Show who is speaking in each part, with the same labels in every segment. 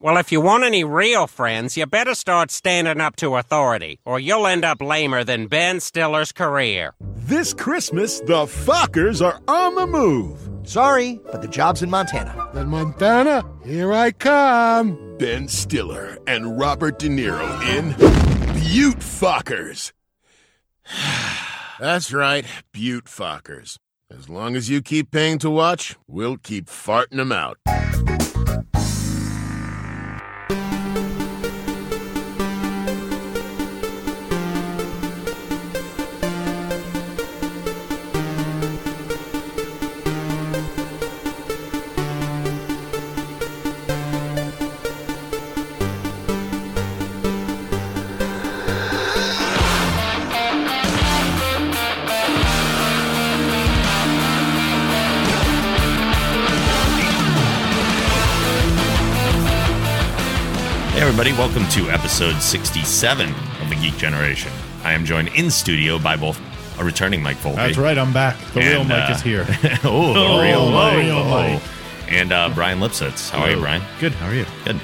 Speaker 1: Well, if you want any real friends, you better start standing up to authority, or you'll end up lamer than Ben Stiller's career.
Speaker 2: This Christmas, the Fockers are on the move.
Speaker 3: Sorry, but the job's in Montana.
Speaker 4: Then Montana, here I come.
Speaker 2: Ben Stiller and Robert De Niro in Butte Fockers. That's right, Butte Fockers. As long as you keep paying to watch, we'll keep farting them out.
Speaker 5: Hey, everybody, welcome to episode 67 of The Geek Generation. I am joined in studio by both a returning Mike Volpe.
Speaker 6: That's right, I'm back. The
Speaker 5: And,
Speaker 6: real Mike
Speaker 5: uh,
Speaker 6: is here.
Speaker 5: oh, the
Speaker 6: Oh,
Speaker 5: real
Speaker 6: the
Speaker 5: Mike.
Speaker 6: real
Speaker 5: Oh.
Speaker 6: Mike.
Speaker 5: And uh, Brian Lipsitz. How are you, Brian?
Speaker 6: Good, how are you?
Speaker 5: Good.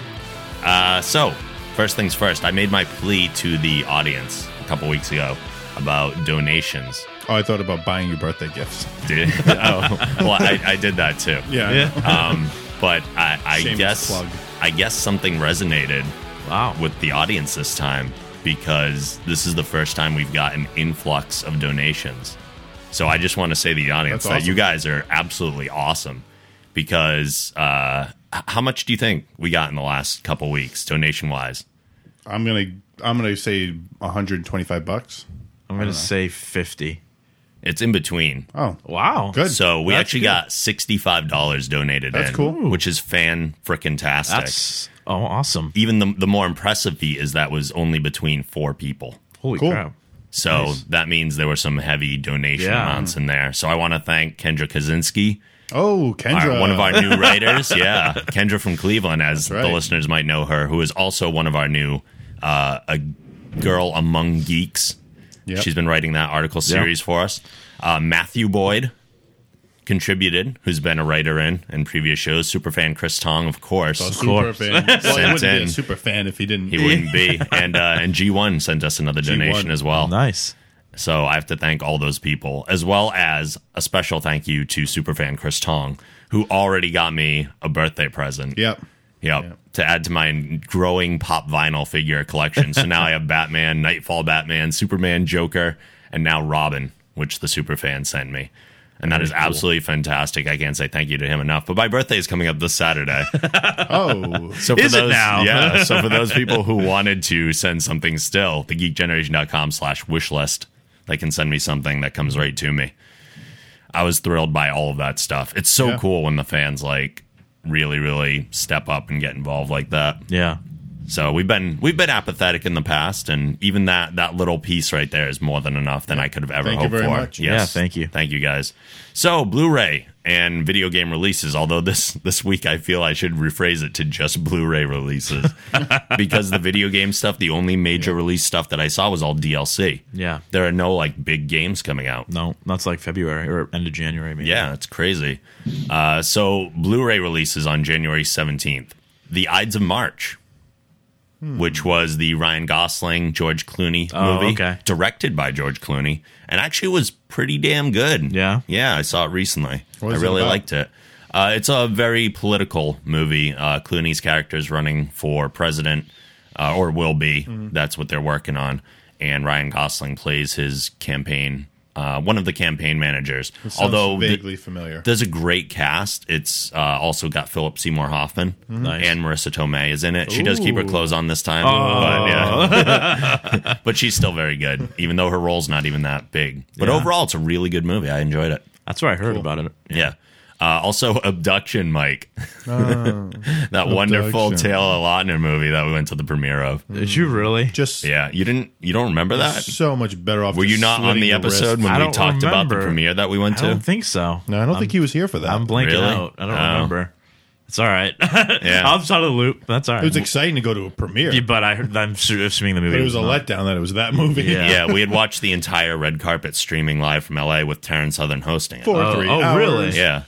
Speaker 5: Uh, so, first things first, I made my plea to the audience a couple weeks ago about donations.
Speaker 6: Oh, I thought about buying you birthday gifts.
Speaker 5: Did, oh, well, I, I did that too.
Speaker 6: Yeah.
Speaker 5: Um, but I, I
Speaker 6: Shameless
Speaker 5: guess
Speaker 6: plug.
Speaker 5: I guess something resonated wow. with the audience this time because this is the first time we've got an influx of donations. So I just want to say to the audience
Speaker 6: That's
Speaker 5: that you
Speaker 6: awesome.
Speaker 5: guys are absolutely awesome because uh, h- how much do you think we got in the last couple weeks donation wise?
Speaker 6: I'm gonna I'm gonna say 125 bucks.
Speaker 7: I'm gonna say fifty.
Speaker 5: It's in between.
Speaker 6: Oh,
Speaker 7: Wow.
Speaker 6: good.
Speaker 5: So we
Speaker 6: That's
Speaker 5: actually
Speaker 6: good.
Speaker 5: got sixty five dollars donated.
Speaker 6: That's
Speaker 5: in,
Speaker 6: cool.
Speaker 5: which is fan frickin' tastic.
Speaker 7: That's oh awesome.
Speaker 5: even the, the more impressive feat is that was only between four people.
Speaker 7: Holy
Speaker 6: Cool.
Speaker 7: crap.
Speaker 5: So that means there were some heavy donation
Speaker 7: Yeah.
Speaker 5: amounts in there. So I want to thank Kendra Kaczynski,
Speaker 6: Oh, Kendra,
Speaker 5: our- one of our new writers. yeah, Kendra from Cleveland, as
Speaker 6: That's right.
Speaker 5: the listeners might know her, who is also one of our new uh, a girl among geeks.
Speaker 6: Yep.
Speaker 5: She's been writing that article series for us. Uh, Matthew Boyd contributed, who's been a writer in in previous shows. Superfan Chris Tong, of course.
Speaker 6: a super
Speaker 7: course.
Speaker 6: fan. Well, he wouldn't be
Speaker 5: in.
Speaker 6: a super fan if he didn't.
Speaker 5: He wouldn't be. And uh, and G1 sent us another donation as well.
Speaker 7: Nice.
Speaker 5: So I have to thank all those people, as well as a special thank you to superfan Chris Tong, who already got me a birthday present.
Speaker 6: Yep.
Speaker 5: Yep. To add to my growing pop vinyl figure collection. So now I have Batman, Nightfall Batman, Superman, Joker, and now Robin, which the superfan sent me. And that is absolutely fantastic. I can't say thank you to him enough. But my birthday is coming up this Saturday.
Speaker 6: Oh,
Speaker 5: So for
Speaker 7: Is it
Speaker 5: those,
Speaker 7: now?
Speaker 5: yeah. So for those people who wanted to send something still, thegeekgeneration.com slash wish list, they can send me something that comes right to me. I was thrilled by all of that stuff. It's so
Speaker 6: Yeah.
Speaker 5: cool when the fans like really, really step up and get involved like that.
Speaker 7: Yeah.
Speaker 5: So we've been we've been apathetic in the past, and even that that little piece right there is more than enough than I could have ever
Speaker 6: Thank you
Speaker 5: hoped
Speaker 6: very
Speaker 5: for.
Speaker 6: much.
Speaker 7: Yeah, thank you.
Speaker 5: thank you guys. So Blu-ray and video game releases. Although this this week I feel I should rephrase it to just Blu-ray releases because the video game stuff, the only major release stuff that I saw was all DLC.
Speaker 7: Yeah.
Speaker 5: there are no like big games coming out.
Speaker 7: No, that's like February or end of January maybe.
Speaker 5: Yeah, it's crazy. Uh, so Blu-ray releases on January 17th. The Ides of March, which was the Ryan Gosling, George Clooney
Speaker 7: Oh,
Speaker 5: movie,
Speaker 7: okay.
Speaker 5: directed by George Clooney, and actually was pretty damn good.
Speaker 7: Yeah?
Speaker 5: yeah, I saw it recently.
Speaker 6: What
Speaker 5: I
Speaker 6: is it
Speaker 5: really
Speaker 6: about?
Speaker 5: liked it. Uh, it's a very political movie. Uh, Clooney's character is running for president, uh, or will be.
Speaker 7: Mm-hmm.
Speaker 5: That's what they're working on. And Ryan Gosling plays his campaign, uh, one of the campaign managers.
Speaker 6: sounds
Speaker 5: Although the-
Speaker 6: vaguely familiar.
Speaker 5: there's a great cast. It's uh, also got Philip Seymour Hoffman
Speaker 7: Mm-hmm. Nice.
Speaker 5: and Marissa Tomei is in it. She does keep her clothes on this time,
Speaker 7: Oh.
Speaker 5: but, yeah. But she's still very good, even though her role's not even that big. But
Speaker 7: Yeah.
Speaker 5: overall, it's a really good movie. I enjoyed it.
Speaker 7: That's what I heard about it.
Speaker 5: Yeah. Uh, also, Abduction, Mike.
Speaker 7: Oh.
Speaker 5: that wonderful
Speaker 6: Abduction.
Speaker 5: Taylor Lautner movie that we went to the premiere of.
Speaker 7: Did
Speaker 6: Mm.
Speaker 7: you really?
Speaker 6: just
Speaker 5: Yeah, you didn't. You don't remember that?
Speaker 6: so much better off.
Speaker 5: Were you
Speaker 6: just
Speaker 5: not on
Speaker 6: slitting
Speaker 5: the
Speaker 6: your wrist.
Speaker 5: episode when
Speaker 7: I
Speaker 5: we
Speaker 7: don't
Speaker 5: talked about the
Speaker 7: remember.
Speaker 5: premiere that we went
Speaker 7: I
Speaker 5: to?
Speaker 7: don't think so.
Speaker 6: No, I don't think he was here for that.
Speaker 7: I'm blanking
Speaker 5: Really?
Speaker 7: out. I don't
Speaker 5: Oh.
Speaker 7: remember. It's all right.
Speaker 5: Yeah.
Speaker 7: I'm out of the loop. That's all right.
Speaker 6: it was exciting to go to a premiere,
Speaker 7: Yeah, but I heard, I'm su- assuming the movie
Speaker 6: but it was a
Speaker 7: not-
Speaker 6: letdown that it was that movie.
Speaker 7: Yeah.
Speaker 5: yeah, we had watched the entire red carpet streaming live from LA with Terrence Southern hosting it.
Speaker 6: Four or
Speaker 7: Oh,
Speaker 6: three
Speaker 7: oh,
Speaker 6: hours.
Speaker 7: really?
Speaker 5: Yeah.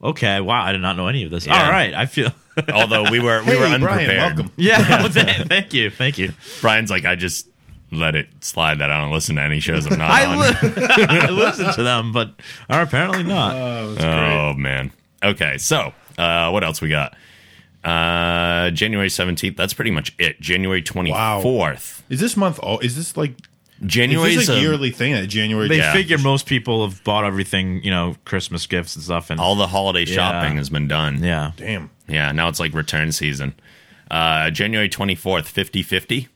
Speaker 7: Okay, wow, I did not know any of this.
Speaker 5: Yeah.
Speaker 7: All right, I feel
Speaker 5: Although we were we were
Speaker 6: Hey, Brian,
Speaker 5: unprepared.
Speaker 6: welcome.
Speaker 7: Yeah. well, th- thank you. Thank you.
Speaker 5: Brian's like, I just let it slide that I don't listen to any shows I'm not
Speaker 7: I,
Speaker 5: on.
Speaker 7: li- I listen to them, but are apparently not.
Speaker 5: Oh man. Okay, so uh, what else we got? Uh, January seventeenth. That's pretty much it. January twenty fourth.
Speaker 6: Is this month all? Is this like? Is
Speaker 5: January
Speaker 6: this a yearly thing? That January.
Speaker 7: um, they
Speaker 5: Yeah.
Speaker 7: figure most people have bought everything, you know, Christmas gifts and stuff, and
Speaker 5: all the holiday
Speaker 7: Yeah.
Speaker 5: shopping has been done.
Speaker 7: yeah,
Speaker 6: Damn.
Speaker 5: Yeah, now it's like return season. Uh, January 24th, 50 50,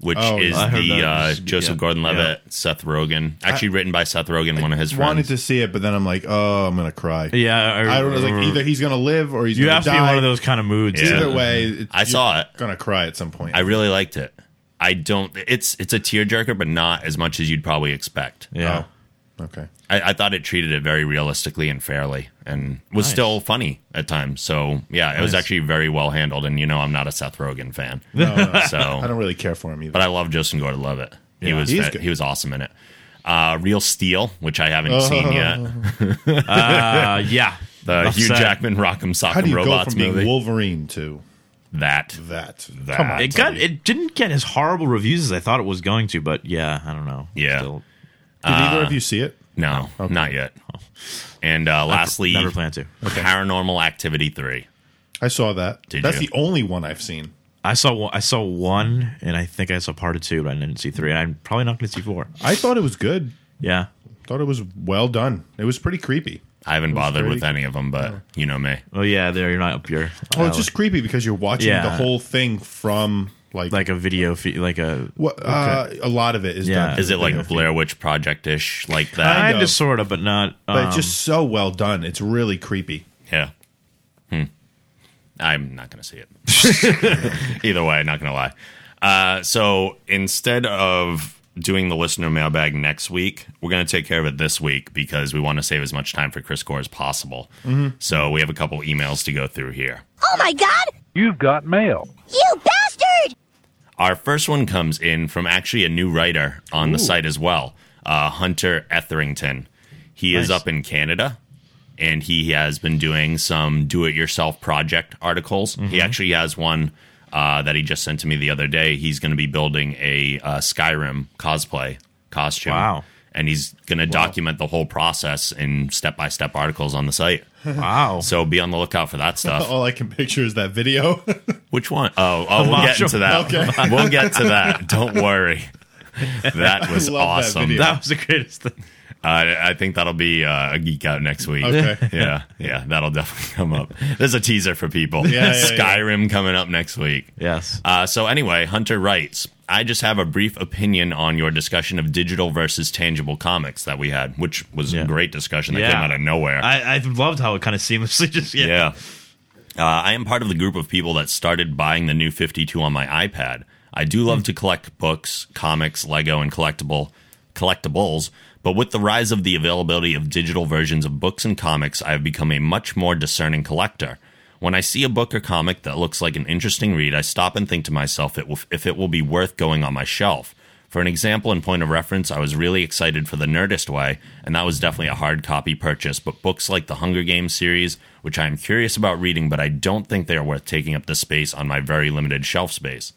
Speaker 5: which
Speaker 6: Oh,
Speaker 5: is
Speaker 7: I heard
Speaker 5: the
Speaker 7: that.
Speaker 5: uh,
Speaker 7: This is-
Speaker 5: Joseph
Speaker 7: yeah.
Speaker 5: Gordon Levitt, Seth Rogen, actually written by Seth Rogen, one of his
Speaker 6: Wanted
Speaker 5: friends.
Speaker 6: to see it, but then I'm like, oh, I'm gonna cry.
Speaker 7: yeah. or-
Speaker 6: I don't know. It's Like either he's gonna live or he's
Speaker 7: you
Speaker 6: gonna
Speaker 7: have to
Speaker 6: die.
Speaker 7: be in one of those kind of moods.
Speaker 5: Yeah.
Speaker 6: Either way, it's-
Speaker 5: I saw it.
Speaker 6: Gonna cry at some point.
Speaker 5: I really liked it. I don't, it's it's a tearjerker, but not as much as you'd probably expect.
Speaker 7: yeah.
Speaker 6: Oh, okay.
Speaker 5: I, I thought it treated it very realistically and fairly and was still funny at times. So, yeah, it was
Speaker 7: Nice.
Speaker 5: actually very well handled. And, you know, I'm not a Seth Rogen fan. So,
Speaker 6: I don't really care for him either.
Speaker 5: but I love Justin Gordon-Levitt. He
Speaker 7: Yeah.
Speaker 5: was
Speaker 6: He's
Speaker 5: fa-
Speaker 6: good. Oh.
Speaker 5: he was awesome in it. Uh, Real Steel, which I haven't seen yet,
Speaker 7: Uh, yeah.
Speaker 5: the
Speaker 7: Enough
Speaker 5: Hugh
Speaker 7: said.
Speaker 5: Jackman Rock'em
Speaker 6: How do
Speaker 5: Sock'em
Speaker 6: you go
Speaker 5: Robots
Speaker 6: from
Speaker 5: movie.
Speaker 6: being Wolverine to
Speaker 5: that
Speaker 6: that?
Speaker 5: that
Speaker 7: It got it didn't get as horrible reviews as I thought it was going to, but yeah, I don't know.
Speaker 5: Yeah.
Speaker 6: Did either
Speaker 5: Ah.
Speaker 6: of you see it?
Speaker 5: no,
Speaker 6: Oh,
Speaker 5: not yet. And uh, lastly,
Speaker 7: never plan to.
Speaker 5: Paranormal Activity three.
Speaker 6: I saw that.
Speaker 5: Did
Speaker 6: That's
Speaker 5: you?
Speaker 6: the only one I've seen.
Speaker 7: I saw one, I saw one, and I think I saw part of two, but I didn't see three, and I'm probably not going to see four.
Speaker 6: I thought it was good.
Speaker 7: Yeah,
Speaker 6: Thought it was well done. It was pretty creepy.
Speaker 5: I haven't bothered
Speaker 6: pretty
Speaker 5: with any of them, but you know me.
Speaker 7: well, Oh, yeah, there you're not up your.
Speaker 6: Oh, it's
Speaker 7: alley.
Speaker 6: just creepy because you're watching
Speaker 7: Yeah.
Speaker 6: the whole thing from like
Speaker 7: like a video feed, like a
Speaker 6: what uh, a lot of it is
Speaker 7: Yeah.
Speaker 6: done.
Speaker 5: Is it like
Speaker 6: video.
Speaker 5: Blair Witch Project ish like that?
Speaker 7: kind
Speaker 6: of.
Speaker 7: of sort of, but not.
Speaker 6: But
Speaker 7: um,
Speaker 6: it's just so well done. It's really creepy.
Speaker 5: Yeah. Hmm. I'm not going to see it. Either way, not going to lie. Uh, so instead of doing the listener mailbag next week, we're going to take care of it this week because we want to save as much time for Chris Gore as possible. So we have a couple emails to go through here.
Speaker 8: Oh my god!
Speaker 9: You've got mail.
Speaker 8: You bastard!
Speaker 5: Our first one comes in from actually a new writer on the site as well, uh, Hunter Etherington. He is
Speaker 7: Nice.
Speaker 5: up in Canada and he has been doing some do it yourself project articles.
Speaker 7: Mm-hmm.
Speaker 5: He actually has one uh, that he just sent to me the other day. He's going to be building a uh, Skyrim cosplay costume.
Speaker 7: Wow.
Speaker 5: And he's going to document the whole process in step by step articles on the site.
Speaker 7: wow.
Speaker 5: So be on the lookout for that stuff.
Speaker 6: All I can picture is that video.
Speaker 5: Which one? Oh, oh we'll get
Speaker 7: Marshall.
Speaker 5: into that. We'll get to that. Don't worry. That was
Speaker 6: love that
Speaker 5: awesome.
Speaker 6: video.
Speaker 7: that was the greatest thing.
Speaker 5: I, I think that'll be uh, a geek out next week.
Speaker 6: Okay.
Speaker 5: Yeah, yeah, that'll definitely come up. There's a teaser for people.
Speaker 6: Yeah, yeah, yeah.
Speaker 5: Skyrim coming up next week.
Speaker 7: Yes.
Speaker 5: Uh, so anyway, Hunter writes, I just have a brief opinion on your discussion of digital versus tangible comics that we had, which was
Speaker 7: Yeah.
Speaker 5: a great discussion that
Speaker 7: Yeah.
Speaker 5: came out of nowhere.
Speaker 7: I, I loved how it kind of seamlessly just yeah.
Speaker 5: Yeah. Uh, I am part of the group of people that started buying the new 52 on my iPad. I do love to collect books, comics, Lego, and collectible collectibles, but with the rise of the availability of digital versions of books and comics, I have become a much more discerning collector. When I see a book or comic that looks like an interesting read, I stop and think to myself it will, if it will be worth going on my shelf. For an example and point of reference, I was really excited for The Nerdist Way, and that was definitely a hard copy purchase, but books like the Hunger Games series, which I am curious about reading, but I don't think they are worth taking up the space on my very limited shelf space.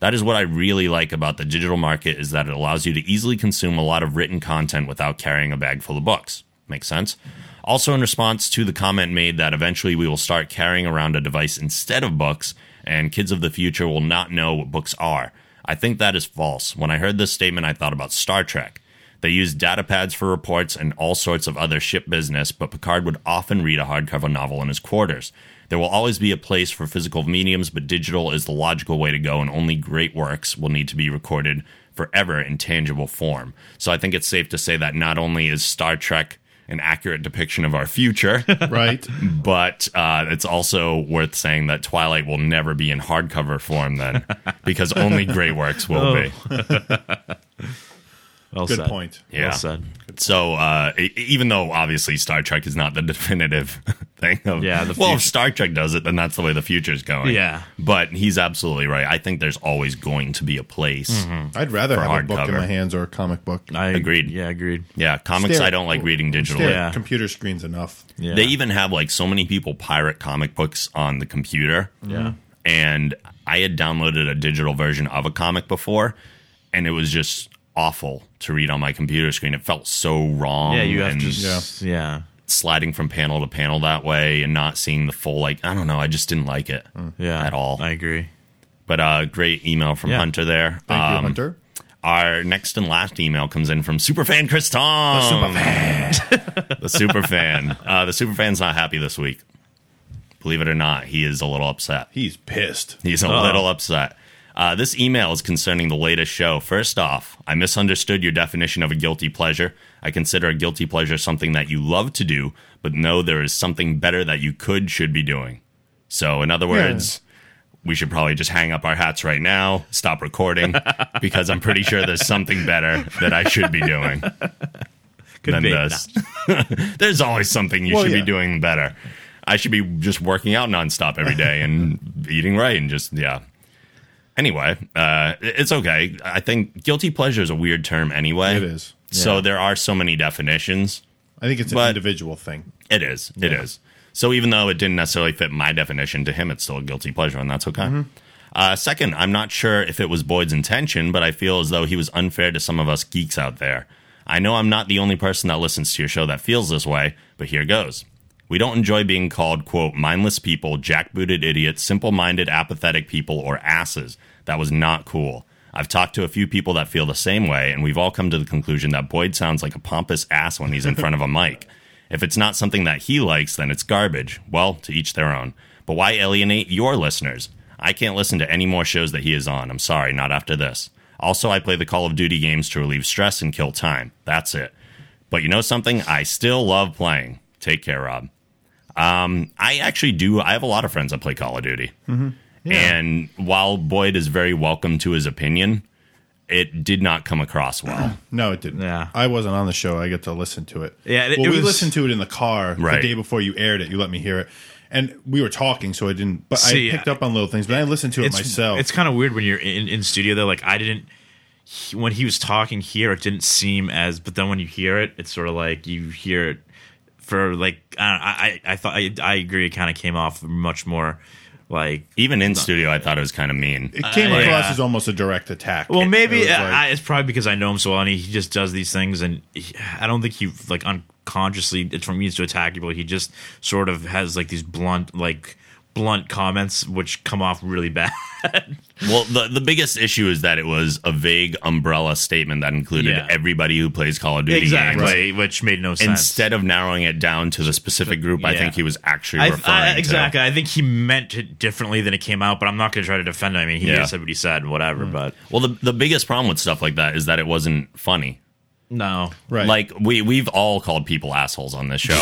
Speaker 5: That is what I really like about the digital market is that it allows you to easily consume a lot of written content without carrying a bag full of books. Makes sense? Also, in response to the comment made that eventually we will start carrying around a device instead of books, and kids of the future will not know what books are. I think that is false. When I heard this statement, I thought about Star Trek. They used data pads for reports and all sorts of other ship business, but Picard would often read a hardcover novel in his quarters. There will always be a place for physical mediums, but digital is the logical way to go, and only great works will need to be recorded forever in tangible form. So I think it's safe to say that not only is Star Trek an accurate depiction of our future,
Speaker 6: right.
Speaker 5: but uh, it's also worth saying that Twilight will never be in
Speaker 7: Oh,
Speaker 5: hardcover form then, because only great works will be.
Speaker 7: Well
Speaker 6: Good
Speaker 7: said.
Speaker 6: point.
Speaker 5: Yeah.
Speaker 7: Well said.
Speaker 5: So uh, e- even though obviously Star Trek is not the definitive thing of
Speaker 7: Yeah, the
Speaker 5: well if
Speaker 7: future.
Speaker 5: Star Trek does it then that's the way the future's going
Speaker 7: Yeah.
Speaker 5: but he's absolutely right I think there's always going to be a place
Speaker 7: Mm-hmm.
Speaker 6: I'd rather
Speaker 5: For
Speaker 6: have a book in
Speaker 5: hardcover.
Speaker 6: my hands or a comic book.
Speaker 7: I
Speaker 5: Agreed.
Speaker 7: Yeah, agreed.
Speaker 5: yeah comics
Speaker 6: Stare-
Speaker 5: I don't like reading digitally
Speaker 6: Stare at
Speaker 7: Yeah.
Speaker 6: Computer screens enough.
Speaker 7: Yeah.
Speaker 5: they even have like so many people pirate comic books on the computer
Speaker 7: yeah.
Speaker 5: and I had downloaded a digital version of a comic before, and it was just awful to read on my computer screen. It felt so wrong.
Speaker 7: Yeah, you have
Speaker 5: and
Speaker 7: to. s- Yeah.
Speaker 5: sliding from panel to panel that way, and not seeing the full like I don't know. I just didn't like it
Speaker 7: Mm, Yeah.
Speaker 5: at all.
Speaker 7: I agree.
Speaker 5: but uh, great email from
Speaker 7: Yeah.
Speaker 5: Hunter there.
Speaker 6: Thank you,
Speaker 5: Um,
Speaker 6: Hunter.
Speaker 5: Our next and last email comes in from Superfan Chris Tom. The Superfan. the Superfan. Uh, the Superfan's not happy this week. Believe it or not, he is a little upset.
Speaker 6: He's pissed.
Speaker 5: He's a little upset. Uh, this email is concerning the latest show. First off, I misunderstood your definition of a guilty pleasure. I consider a guilty pleasure something that you love to do, but know there is something better that you could should be doing. So, in other words, we should probably just hang up our hats right now, stop recording, because I'm pretty sure there's something better that I should be doing
Speaker 7: Could
Speaker 5: than
Speaker 7: be.
Speaker 5: this. There's always something you
Speaker 6: Well,
Speaker 5: should
Speaker 6: yeah.
Speaker 5: be doing better. I should be just working out nonstop every day and eating right and just yeah. Anyway, uh, it- it's okay. I think guilty pleasure is a weird term anyway.
Speaker 6: It is.
Speaker 5: So there are so many definitions.
Speaker 6: I think it's an
Speaker 5: But-
Speaker 6: individual thing.
Speaker 5: It is. It is. So even though it didn't necessarily fit my definition, to him it's still a guilty pleasure, and that's okay. Uh, second, I'm not sure if it was Boyd's intention, but I feel as though he was unfair to some of us geeks out there. I know I'm not the only person that listens to your show that feels this way, but here goes. We don't enjoy being called, quote, mindless people, jackbooted idiots, simple minded, apathetic people, or asses. That was not cool. I've talked to a few people that feel the same way, and we've all come to the conclusion that Boyd sounds like a pompous ass when he's in front of a mic. If it's not something that he likes, then it's garbage. Well, to each their own. But why alienate your listeners? I can't listen to any more shows that he is on. I'm sorry, not after this. Also, I play the Call of Duty games to relieve stress and kill time. That's it. But you know something? I still love playing. Take care, Rob. Um, I actually do. I have a lot of friends that play Call of Duty. And while Boyd is very welcome to his opinion, it did not come across well.
Speaker 6: No, it didn't.
Speaker 7: Yeah.
Speaker 6: I wasn't on the show. I get to listen to it.
Speaker 7: Yeah, it-
Speaker 6: well,
Speaker 7: it
Speaker 6: we
Speaker 7: was-
Speaker 6: listened to it in the car
Speaker 5: Right.
Speaker 6: the day before you aired it. You let me hear it, and we were talking, so I didn't. But
Speaker 7: See, uh,
Speaker 6: I picked up on little things. But I listened to it myself.
Speaker 7: It's kind of weird when you're in, in studio though. Like I didn't he- when he was talking here, it didn't seem as. But then when you hear it, it's sort of like you hear it for like I I, I thought I, I agree. It kind of came off much more like.
Speaker 5: Even in studio, I thought it was kind of mean.
Speaker 6: it came
Speaker 7: Uh,
Speaker 6: across
Speaker 7: yeah.
Speaker 6: as almost a direct attack.
Speaker 7: Well,
Speaker 6: It-
Speaker 7: maybe uh,
Speaker 6: it was
Speaker 7: I,
Speaker 6: like-
Speaker 7: it's probably because I know him so well, and he, he just does these things, and he, I don't think he like unconsciously it's from means to attack you, but he just sort of has like these blunt like blunt comments which come off really bad.
Speaker 5: Well, the, the biggest issue is that it was a vague umbrella statement that included
Speaker 7: Yeah.
Speaker 5: everybody who plays Call of Duty games.
Speaker 7: which made no sense.
Speaker 5: Instead of narrowing it down to the specific group, I
Speaker 7: Yeah.
Speaker 5: think he was actually
Speaker 7: I,
Speaker 5: referring
Speaker 7: I,
Speaker 5: to.
Speaker 7: exactly. I think he meant it differently than it came out, but I'm not going to try to defend him. I mean, he
Speaker 5: Yeah. Hmm.
Speaker 7: just said what he said, whatever. But
Speaker 5: Well, the, the biggest problem with stuff like that is that it wasn't funny.
Speaker 7: no,
Speaker 6: right.
Speaker 5: Like we we've all called people assholes on this show.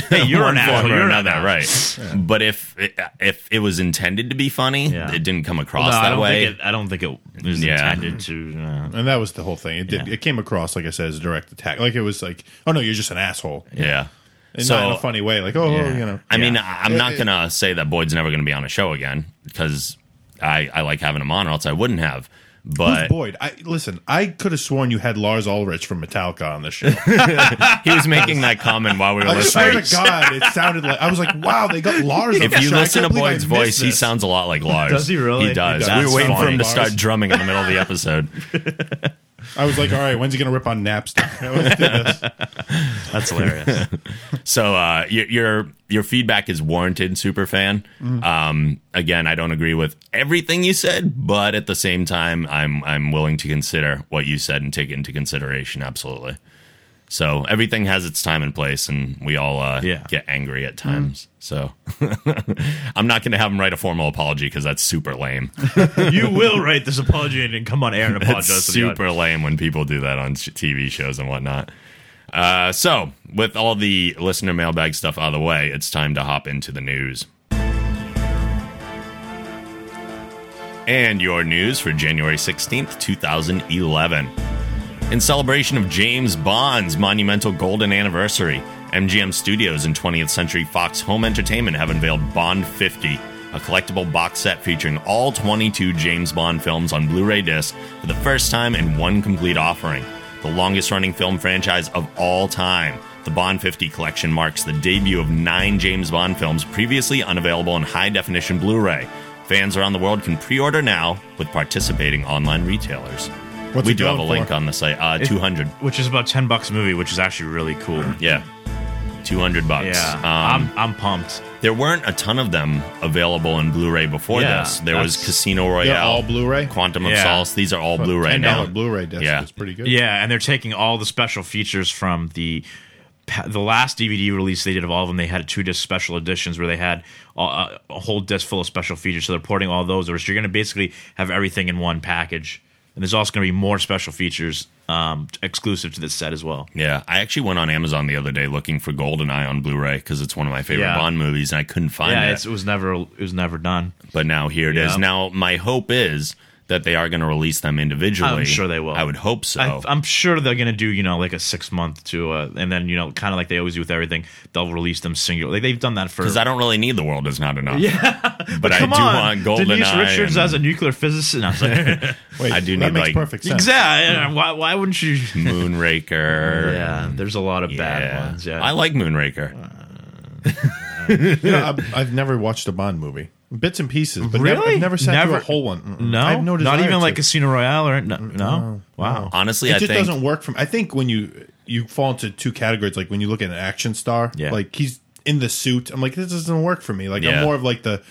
Speaker 7: Hey, you're
Speaker 5: One
Speaker 7: an
Speaker 5: form
Speaker 7: asshole.
Speaker 5: or
Speaker 7: You're an
Speaker 5: another,
Speaker 7: asshole.
Speaker 5: right? But if if it was intended to be funny,
Speaker 7: Yeah.
Speaker 5: it didn't come
Speaker 7: No,
Speaker 5: across
Speaker 7: I
Speaker 5: that
Speaker 7: don't
Speaker 5: way.
Speaker 7: think it. I don't think it was
Speaker 5: Yeah.
Speaker 7: intended to. uh,
Speaker 6: and that was the whole thing. It did.
Speaker 7: Yeah.
Speaker 6: It came across like I said as a direct attack. Like it was like, oh no, you're just an asshole.
Speaker 5: yeah.
Speaker 6: And
Speaker 5: So-
Speaker 6: not in a funny way. Like oh,
Speaker 7: Yeah.
Speaker 6: you know.
Speaker 5: I mean,
Speaker 7: Yeah.
Speaker 5: I- I'm not gonna say that Boyd's never gonna be on a show again because I, I like having him on, or else I wouldn't have.
Speaker 6: Who's
Speaker 5: But
Speaker 6: Boyd? I listen. I could have sworn you had Lars Ulrich from Metallica on this show.
Speaker 5: he was making that comment while we were
Speaker 6: I swear
Speaker 5: listening.
Speaker 6: to God, it sounded like I was like, wow, they got Lars. on
Speaker 5: If
Speaker 6: the
Speaker 5: you
Speaker 6: show. I
Speaker 5: listen to
Speaker 6: can't believe I
Speaker 5: Boyd's voice,
Speaker 6: missed
Speaker 5: he
Speaker 6: this.
Speaker 5: sounds a lot like Lars.
Speaker 7: Does he really?
Speaker 5: He does.
Speaker 7: He does.
Speaker 5: We were waiting for
Speaker 6: That's
Speaker 5: him to
Speaker 6: funny.
Speaker 5: start drumming in the middle of the episode.
Speaker 6: I was like, all right, when's he gonna rip on Napster?
Speaker 7: That's hilarious.
Speaker 5: So uh, your, your your feedback is warranted, superfan.
Speaker 7: Mm-hmm.
Speaker 5: Um, again, I don't agree with everything you said, but at the same time, I'm I'm willing to consider what you said and take it into consideration. Absolutely. So everything has its time and place, and we all uh,
Speaker 7: Yeah. Mm-hmm.
Speaker 5: get angry at times. So I'm not going to have him write a formal apology because that's super lame.
Speaker 7: you will write this apology and come on air and apologize.
Speaker 5: It's
Speaker 7: to the audience.
Speaker 5: super lame when people do that on sh- TV shows and whatnot. Uh, so, with all the listener mailbag stuff out of the way, it's time to hop into the news. And your news for January 16th, 2011. In celebration of James Bond's monumental golden anniversary, MGM Studios and 20th Century Fox Home Entertainment have unveiled Bond 50, a collectible box set featuring all 22 James Bond films on Blu ray disc for the first time in one complete offering. The longest running film franchise of all time, the Bond 50 collection marks the debut of nine James Bond films previously unavailable in high definition Blu ray. Fans around the world can pre order now with participating online retailers.
Speaker 6: What's
Speaker 5: we
Speaker 6: it
Speaker 5: do have a
Speaker 6: going for?
Speaker 5: link on the site. Uh, 200.
Speaker 7: which is about ten bucks a movie, which is actually really cool.
Speaker 5: Yeah. 200 bucks.
Speaker 7: Yeah,
Speaker 5: Mm. Um,
Speaker 7: I'm I'm pumped.
Speaker 5: there weren't a ton of them available in Blu ray before
Speaker 7: Yeah,
Speaker 5: this. There was
Speaker 7: that's-
Speaker 5: Casino
Speaker 6: They're
Speaker 5: Royale,
Speaker 6: all Blu-ray.
Speaker 5: Quantum of
Speaker 7: Yeah.
Speaker 5: Solace. These are all Blu ray now.
Speaker 6: $10 Blu-ray disc.
Speaker 5: Yeah.
Speaker 6: Yeah, it's pretty good.
Speaker 7: Yeah, and they're taking all the special features from the pa- the last DVD release they did of all of them. They had two disc special editions where they had a, a a whole disc full of special features. So they're porting all those over. So you're going to basically have everything in one package. And there's also going to be more special features um, exclusive to this set as well.
Speaker 5: Yeah, I actually went on Amazon the other day looking for GoldenEye on Blu-ray because it's one of my favorite
Speaker 7: Yeah.
Speaker 5: Bond movies, and I couldn't find
Speaker 7: yeah,
Speaker 5: it.
Speaker 7: it's, it was never it was never done.
Speaker 5: but now here it is.
Speaker 7: Yeah.
Speaker 5: Now my hope is that they are going to release them individually.
Speaker 7: I'm sure they will.
Speaker 5: I would hope so.
Speaker 7: I, I'm sure they're gonna do you know like a six month to uh, and then you know kind of like they always do with everything they'll release them singular. Like they've done that for
Speaker 5: because I don't really need the world is not enough. Yeah, but, I do want
Speaker 7: Denise
Speaker 5: GoldenEye.
Speaker 7: Richards
Speaker 5: and
Speaker 7: as a nuclear physicist. And I was like,
Speaker 6: Wait,
Speaker 5: I do need,
Speaker 6: that makes
Speaker 5: like-
Speaker 6: perfect sense.
Speaker 7: exactly. yeah, Why, why wouldn't you?
Speaker 5: Moonraker.
Speaker 7: Yeah, there's a lot of bad ones. Yeah,
Speaker 5: I like Moonraker.
Speaker 6: You know, I've, I've never watched a Bond movie. Bits and pieces, but never,
Speaker 7: Really?
Speaker 6: I've never sat
Speaker 7: Never-
Speaker 6: through a whole one. Mm-mm.
Speaker 7: no,
Speaker 6: I have no
Speaker 7: not
Speaker 6: desire
Speaker 7: even
Speaker 6: to.
Speaker 7: like Casino Royale or no. no? Wow.
Speaker 5: Honestly,
Speaker 6: it
Speaker 5: I
Speaker 6: just
Speaker 5: think
Speaker 6: doesn't work for me. I think when you you fall into two categories, like when you look at an action star,
Speaker 7: Yeah.
Speaker 6: like he's in the suit. I'm like, this doesn't work for me. Like
Speaker 5: Yeah.
Speaker 6: I'm more of like the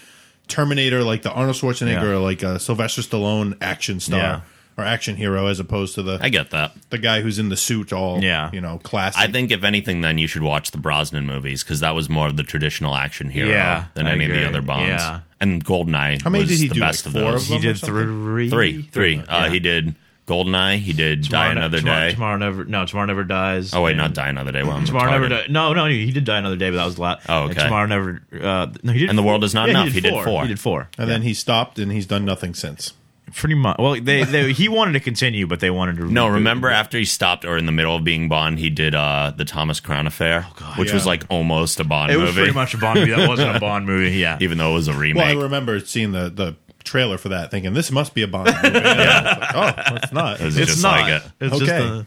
Speaker 6: Terminator, like the Arnold Schwarzenegger,
Speaker 7: Yeah.
Speaker 6: or like a Sylvester Stallone action star
Speaker 7: Yeah.
Speaker 6: or action hero, as opposed to the
Speaker 5: I get that.
Speaker 6: the guy who's in the suit, all
Speaker 7: Yeah.
Speaker 6: you know, classic.
Speaker 5: I think if anything, then you should watch the Brosnan movies because that was more of the traditional action hero
Speaker 7: Yeah,
Speaker 5: than
Speaker 7: I
Speaker 5: any of the
Speaker 7: agree.
Speaker 5: other Bonds.
Speaker 7: Yeah.
Speaker 5: And Goldeneye
Speaker 6: How many
Speaker 5: was
Speaker 6: did he
Speaker 5: the
Speaker 6: do,
Speaker 5: best
Speaker 6: like
Speaker 5: of
Speaker 6: four
Speaker 5: those.
Speaker 6: of
Speaker 7: He
Speaker 6: them?
Speaker 7: did
Speaker 6: something?
Speaker 7: three.
Speaker 5: Three, three. Uh,
Speaker 7: Yeah.
Speaker 5: he did Goldeneye. He did
Speaker 7: Tomorrow
Speaker 5: Die
Speaker 7: Ne-
Speaker 5: Another
Speaker 7: tomorrow,
Speaker 5: Day.
Speaker 7: Tomorrow never. No, tomorrow never dies.
Speaker 5: Oh wait,
Speaker 7: And
Speaker 5: not Die Another Day. Well, I'm
Speaker 7: Tomorrow never.
Speaker 5: retarded.
Speaker 7: Di- no, no, he did die another day, but that was the last.
Speaker 5: Oh,
Speaker 7: and
Speaker 5: okay.
Speaker 7: Tomorrow never. Uh, no, he did.
Speaker 5: And The
Speaker 7: four.
Speaker 5: World Is Not
Speaker 7: Yeah,
Speaker 5: Enough.
Speaker 7: He did, four. He did four.
Speaker 6: and then he stopped and he's done nothing since.
Speaker 7: Pretty much. Well, they, they he wanted to continue, but they wanted to.
Speaker 5: No,
Speaker 7: reboot.
Speaker 5: remember after he stopped or in the middle of being Bond, he did uh, the Thomas Crown Affair, which was
Speaker 6: Yeah.
Speaker 5: like almost a Bond
Speaker 7: It
Speaker 5: movie,
Speaker 7: was pretty much a Bond movie. That wasn't a Bond movie. Yeah.
Speaker 5: even though it was a remake.
Speaker 6: Well, I remember seeing the the trailer for that, thinking this must be a Bond. Movie. yeah. oh, it's not.
Speaker 5: It was
Speaker 7: It's
Speaker 5: just
Speaker 7: not.
Speaker 5: like it.
Speaker 7: It's just
Speaker 6: Okay.
Speaker 7: a,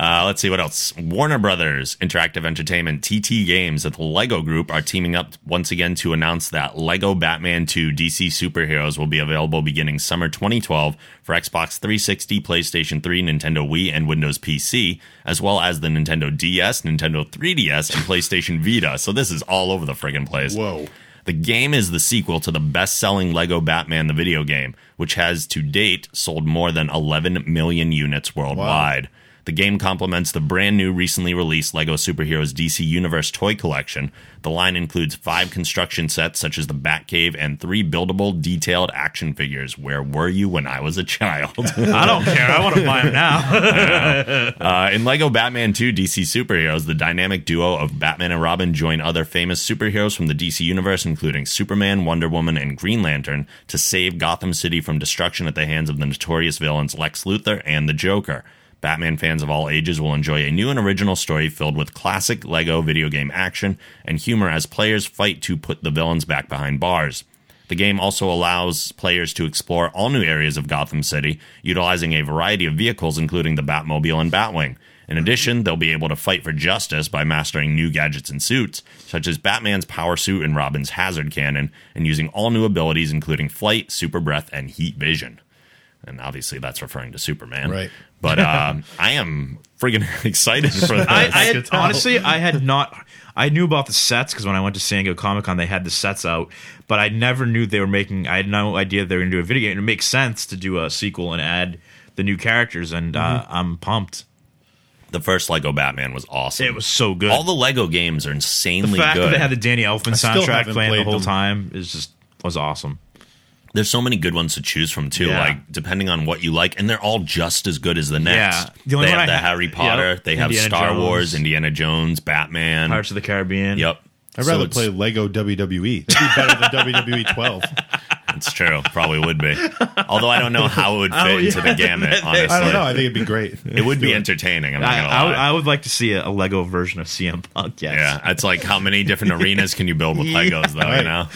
Speaker 5: Uh, let's see what else. Warner Brothers Interactive Entertainment, TT Games, at the Lego Group are teaming up once again to announce that Lego Batman 2 DC Superheroes will be available beginning summer 2012 for Xbox 360, PlayStation 3, Nintendo Wii, and Windows PC, as well as the Nintendo DS, Nintendo 3DS, and PlayStation Vita. So this is all over the friggin' place.
Speaker 6: Whoa.
Speaker 5: The game is the sequel to the best selling Lego Batman the video game, which has to date sold more than 11 million units worldwide. The game complements the brand new recently released Lego Superheroes DC Universe toy collection. The line includes five construction sets, such as the Batcave, and three buildable, detailed action figures. Where were you when I was a child?
Speaker 7: I don't care. I want to buy them now.
Speaker 5: Uh, in Lego Batman 2 DC Superheroes, the dynamic duo of Batman and Robin join other famous superheroes from the DC universe, including Superman, Wonder Woman, and Green Lantern, to save Gotham City from destruction at the hands of the notorious villains Lex Luthor and the Joker. Batman fans of all ages will enjoy a new and original story filled with classic Lego video game action and humor as players fight to put the villains back behind bars. The game also allows players to explore all new areas of Gotham City, utilizing a variety of vehicles, including the Batmobile and Batwing. In addition, they'll be able to fight for justice by mastering new gadgets and suits, such as Batman's power suit and Robin's hazard cannon, and using all new abilities, including flight, super breath, and heat vision. And obviously, that's referring to Superman.
Speaker 6: Right.
Speaker 5: But um, I am friggin' excited for this.
Speaker 7: I, I
Speaker 6: Good
Speaker 7: had,
Speaker 6: tell.
Speaker 7: honestly, I had not. I knew about the sets because when I went to San Diego Comic Con, they had the sets out, but I never knew they were making. I had no idea they were going to do a video game. And it makes sense to do a sequel and add the new characters, and uh,
Speaker 6: Mm-hmm.
Speaker 7: I'm pumped.
Speaker 5: the first Lego Batman was awesome.
Speaker 7: It was so good.
Speaker 5: All the Lego games are
Speaker 7: the
Speaker 5: insanely
Speaker 7: fact
Speaker 5: good.
Speaker 7: that they had the Danny Elfman
Speaker 6: still
Speaker 7: soundtrack
Speaker 6: haven't
Speaker 7: playing the
Speaker 6: played
Speaker 7: whole
Speaker 6: them.
Speaker 7: time is just was awesome.
Speaker 5: there's so many good ones to choose from too.
Speaker 7: Yeah.
Speaker 5: Like depending on what you like, and they're all just as good as the next.
Speaker 7: Yeah. The only
Speaker 5: they
Speaker 7: one
Speaker 5: have
Speaker 7: I
Speaker 5: the
Speaker 7: ha-
Speaker 5: Harry Potter.
Speaker 7: Yep.
Speaker 5: They have
Speaker 7: Indiana
Speaker 5: Star
Speaker 7: Jones.
Speaker 5: Wars, Indiana Jones, Batman.
Speaker 7: Pirates of the Caribbean.
Speaker 5: Yep.
Speaker 6: I'd
Speaker 5: So
Speaker 6: rather
Speaker 5: it's-
Speaker 6: E. play Lego WWE. That'd be better than WWE 12.
Speaker 5: It's true. Probably would be. Although I don't know how it would fit into the gamut. Honestly,
Speaker 6: I don't know. I think it'd be great.
Speaker 5: it would be entertaining. I'm not
Speaker 7: I,
Speaker 5: gonna
Speaker 7: I,
Speaker 5: lie.
Speaker 7: I would like to see a, a Lego version of CM Punk. Yes.
Speaker 5: yeah, it's like how many different arenas can you build with Legos, though? You
Speaker 6: Right.
Speaker 5: know,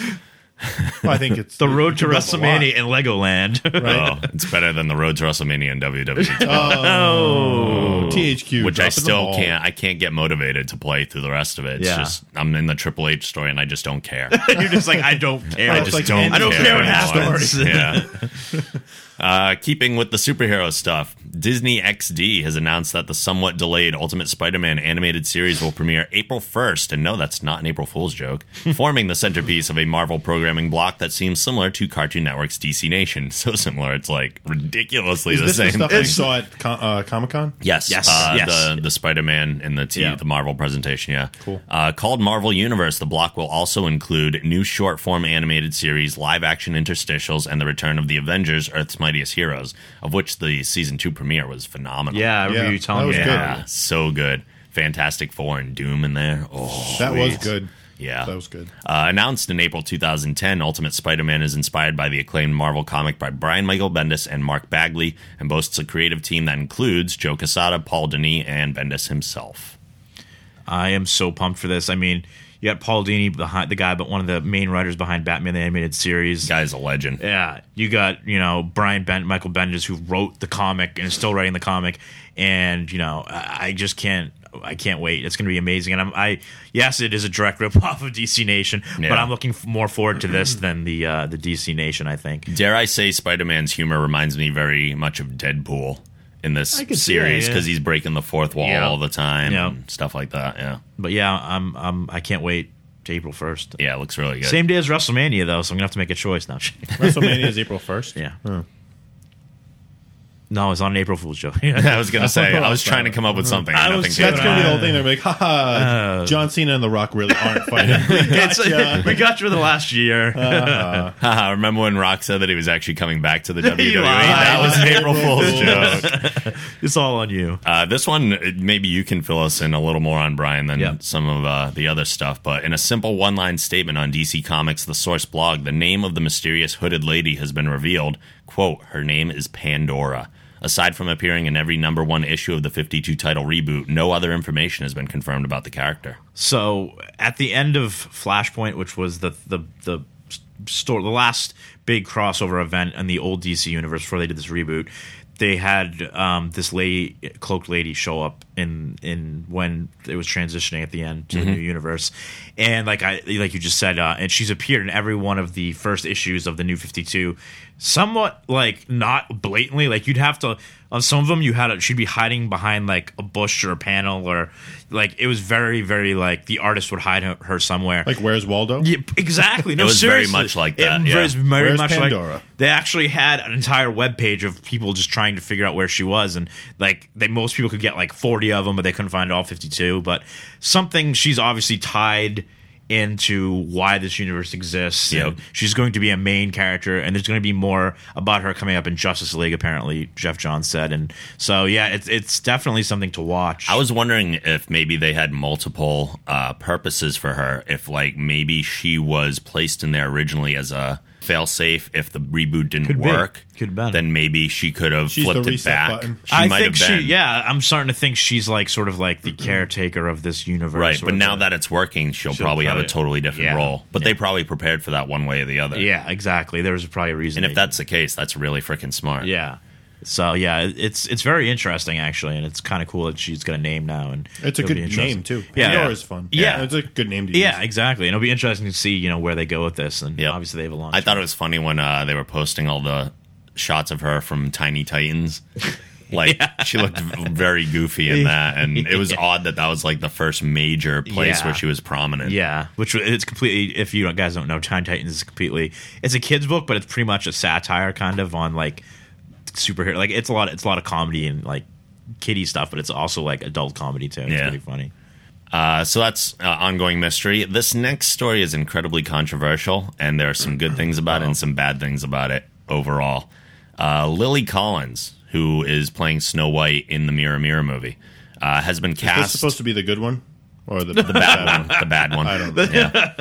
Speaker 6: Well, I think it's
Speaker 7: The road to
Speaker 6: it's up a lot,
Speaker 7: WrestleMania in Legoland.
Speaker 6: Right?
Speaker 5: oh, it's better than the road to WrestleMania and WWE,
Speaker 6: Oh, THQ,
Speaker 5: which I
Speaker 6: dropping the
Speaker 5: still
Speaker 6: ball.
Speaker 5: can't. I can't get motivated to play through the rest of it. It's
Speaker 7: Yeah.
Speaker 5: just I'm in the Triple H story, and I just don't care.
Speaker 7: You're just like, I don't care.
Speaker 5: I
Speaker 6: it's
Speaker 5: just
Speaker 6: like
Speaker 5: don't.
Speaker 6: end- I
Speaker 7: don't care what
Speaker 5: anymore.
Speaker 7: happens.
Speaker 5: yeah. Uh, keeping with the superhero stuff, Disney XD has announced that the somewhat delayed Ultimate Spider-Man animated series will premiere April 1st, and no, that's not an April Fool's joke, forming the centerpiece of a Marvel programming block that seems similar to Cartoon Network's DC Nation. So similar, it's like ridiculously
Speaker 6: Is
Speaker 5: the
Speaker 6: this the
Speaker 5: same
Speaker 6: stuff
Speaker 5: thing.
Speaker 6: I saw at Com- uh, Comic Con?
Speaker 5: Yes,
Speaker 7: Yes,
Speaker 5: uh,
Speaker 7: yes.
Speaker 5: The the Spider Man and the T-
Speaker 7: Yeah.
Speaker 5: the Marvel presentation. Yeah,
Speaker 6: Cool.
Speaker 5: Uh, called Marvel Universe, the block will also include new short form animated series, live action interstitials, and the return of the Avengers: Earth's Mightiest Heroes, of which the season two premiere was phenomenal.
Speaker 7: Yeah, I remember
Speaker 6: Yeah,
Speaker 7: you telling
Speaker 6: that
Speaker 7: me
Speaker 6: was good.
Speaker 5: yeah, so good. Fantastic Four and Doom in there. Oh,
Speaker 6: That was
Speaker 5: sweet.
Speaker 6: good.
Speaker 5: Yeah,
Speaker 6: That was good.
Speaker 5: uh, announced in April 2010, Ultimate Spider Man is inspired by the acclaimed Marvel comic by Brian Michael Bendis and Mark Bagley and boasts a creative team that includes Joe Quesada, Paul Dini, and Bendis himself.
Speaker 7: I am so pumped for this. I mean, you got Paul Dini behind the guy, but one of the main writers behind Batman the Animated Series.
Speaker 5: Guy's a legend.
Speaker 7: Yeah, you got you know Brian Bent, Michael Bendis, who wrote the comic and is still writing the comic, and you know I, I just can't, I can't wait. It's going to be amazing, and I'm, I yes, it is a direct rip off of DC Nation,
Speaker 5: Yeah.
Speaker 7: but I'm looking f- more forward to this than the uh, the DC Nation. I think.
Speaker 5: Dare I say, Spider Man's humor reminds me very much of Deadpool in this
Speaker 7: I could see
Speaker 5: series
Speaker 7: that, yeah.
Speaker 5: because he's breaking the fourth wall
Speaker 7: Yeah.
Speaker 5: all the time
Speaker 7: Yeah.
Speaker 5: and stuff like that. Yeah.
Speaker 7: But yeah, I'm, I'm I can't wait to April first.
Speaker 5: Yeah, it looks really good.
Speaker 7: Same day as WrestleMania though, so I'm gonna have to make a choice now.
Speaker 6: WrestleMania is April 1st.
Speaker 7: yeah.
Speaker 6: Oh.
Speaker 7: No, it's on an April Fool's joke.
Speaker 5: I was going to say,
Speaker 6: what I
Speaker 5: I was
Speaker 6: was
Speaker 5: trying to come up with something.
Speaker 7: Uh-huh. I
Speaker 5: and
Speaker 7: was-
Speaker 5: nothing came
Speaker 6: That's going to
Speaker 5: out.
Speaker 6: be the whole thing. They're going to be like,
Speaker 5: Uh,
Speaker 6: haha, John Cena and The Rock really aren't fighting.
Speaker 7: It's- we got you the last year.
Speaker 5: Uh, Haha, remember when Rock said that he was actually coming back to the WWE?
Speaker 7: lied.
Speaker 5: That was an April Fool's joke.
Speaker 7: it's all on you.
Speaker 5: Uh, this one, uh, maybe you can fill us in a little more on Brian than
Speaker 7: Yep.
Speaker 5: some of uh, the other stuff. But in a simple one line statement on DC Comics, the source blog, the name of the mysterious hooded lady has been revealed. Quote, her name is Pandora. Aside from appearing in every number one issue of the 52 title reboot, no other information has been confirmed about the character.
Speaker 7: So at the end of Flashpoint, which was the the the store, the last big crossover event in the old DC universe before they did this reboot, they had um, this lady, cloaked lady, show up in in when it was transitioning at the end to the new universe, and like I like you just said, uh, and she's appeared in every one of the first issues of the New Fifty Two, somewhat like not blatantly, like you'd have to on some of them you had a, she'd be hiding behind like a bush or a panel or like it was very very like the artist would hide her, her somewhere
Speaker 6: like, where's Waldo?
Speaker 7: yeah, exactly. No,
Speaker 5: was very
Speaker 7: seriously.
Speaker 5: much like that,
Speaker 7: It
Speaker 5: yeah.
Speaker 7: was very
Speaker 6: Where's
Speaker 7: much
Speaker 6: Pandora?
Speaker 7: like they actually had an entire web page of people just trying to figure out where she was, and like they most people could get like forty of them, but they couldn't find all fifty-two. But something she's obviously tied into why this universe exists.
Speaker 5: Yep.
Speaker 7: and She's going to be a main character, and there's going to be more about her coming up in Justice League. Apparently, Jeff Johns said, and so yeah, it's it's definitely something to watch.
Speaker 5: I was wondering if maybe they had multiple uh, purposes for her. If like maybe she was placed in there originally as a failsafe. If the reboot didn't
Speaker 7: Could be.
Speaker 5: work,
Speaker 7: Could have been.
Speaker 5: Then maybe she could have
Speaker 6: She's the
Speaker 5: flipped it
Speaker 6: reset
Speaker 5: back.
Speaker 6: button.
Speaker 5: She
Speaker 7: I
Speaker 5: might
Speaker 7: think
Speaker 5: have
Speaker 7: she,
Speaker 5: been. Mm-hmm.
Speaker 7: yeah, I'm starting to think she's like sort of like the caretaker of this universe.
Speaker 5: Right,
Speaker 7: or
Speaker 5: but now
Speaker 7: the-
Speaker 5: that it's working, she'll,
Speaker 7: She'll
Speaker 5: probably have a
Speaker 7: probably-
Speaker 5: totally different
Speaker 7: yeah.
Speaker 5: role. But they probably prepared for that one way or the other.
Speaker 7: yeah, exactly. There was probably a reason.
Speaker 5: And if
Speaker 7: they-
Speaker 5: that's the case, that's really freaking smart.
Speaker 7: yeah, so yeah, it- it's it's very interesting actually, and it's kind of cool that she's got a name now, and
Speaker 6: It's a
Speaker 7: it'll be
Speaker 6: good
Speaker 7: interesting.
Speaker 6: name, too.
Speaker 7: Yeah.
Speaker 6: Pandora is fun.
Speaker 7: Yeah.
Speaker 6: It's a good name to use.
Speaker 7: Yeah, exactly. And it'll be interesting to see you know where they go with this, and
Speaker 5: Yep.
Speaker 7: obviously they have a long.
Speaker 5: I thought it was funny when uh, they were posting all the shots of her from Tiny Titans. Like she looked v- very goofy in that, and it was odd that that was like the first major place
Speaker 7: Yeah.
Speaker 5: where she was prominent.
Speaker 7: Yeah, which it's completely. If you guys don't know, Time Titans is completely. It's a kids book, but it's pretty much a satire kind of on like superhero. Like it's a lot. It's a lot of comedy and like kiddie stuff, but it's also like adult comedy too. It's
Speaker 5: Yeah.
Speaker 7: pretty funny.
Speaker 5: Uh, so that's uh, ongoing mystery. This next story is incredibly controversial, and there are some good things about it and some bad things about it overall. Uh, Lily Collins, who is playing Snow White in the Mirror Mirror movie, uh, has been
Speaker 6: This
Speaker 5: cast.
Speaker 6: supposed to be the good one. or the, the bad
Speaker 5: bad
Speaker 6: one.
Speaker 5: one. The bad one.
Speaker 6: I don't know.
Speaker 5: Yeah.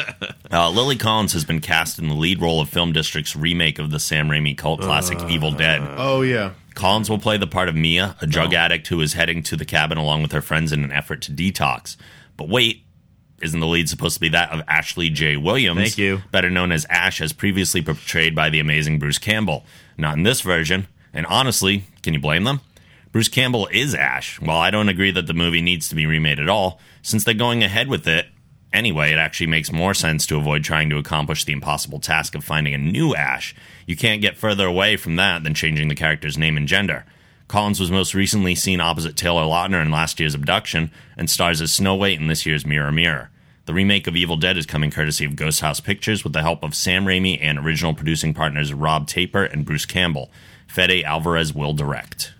Speaker 5: Uh, Lily Collins has been cast in the lead role of Film District's remake of the Sam Raimi cult classic
Speaker 6: Uh,
Speaker 5: Evil Dead.
Speaker 6: Oh yeah,
Speaker 5: Collins will play the part of Mia, a
Speaker 6: Oh.
Speaker 5: drug addict who is heading to the cabin along with her friends in an effort to detox. But wait, isn't the lead supposed to be that of Ashley J. Williams?
Speaker 7: Thank you.
Speaker 5: Better known as Ash, as previously portrayed by the amazing Bruce Campbell. Not in this version. And honestly, can you blame them? Bruce Campbell is Ash. While I don't agree that the movie needs to be remade at all, since they're going ahead with it anyway, it actually makes more sense to avoid trying to accomplish the impossible task of finding a new Ash. You can't get further away from that than changing the character's name and gender. Collins was most recently seen opposite Taylor Lautner in last year's Abduction and stars as Snow White in this year's Mirror Mirror. The remake of Evil Dead is coming courtesy of Ghost House Pictures with the help of Sam Raimi and original producing partners Rob Taper and Bruce Campbell. Fede Alvarez will direct.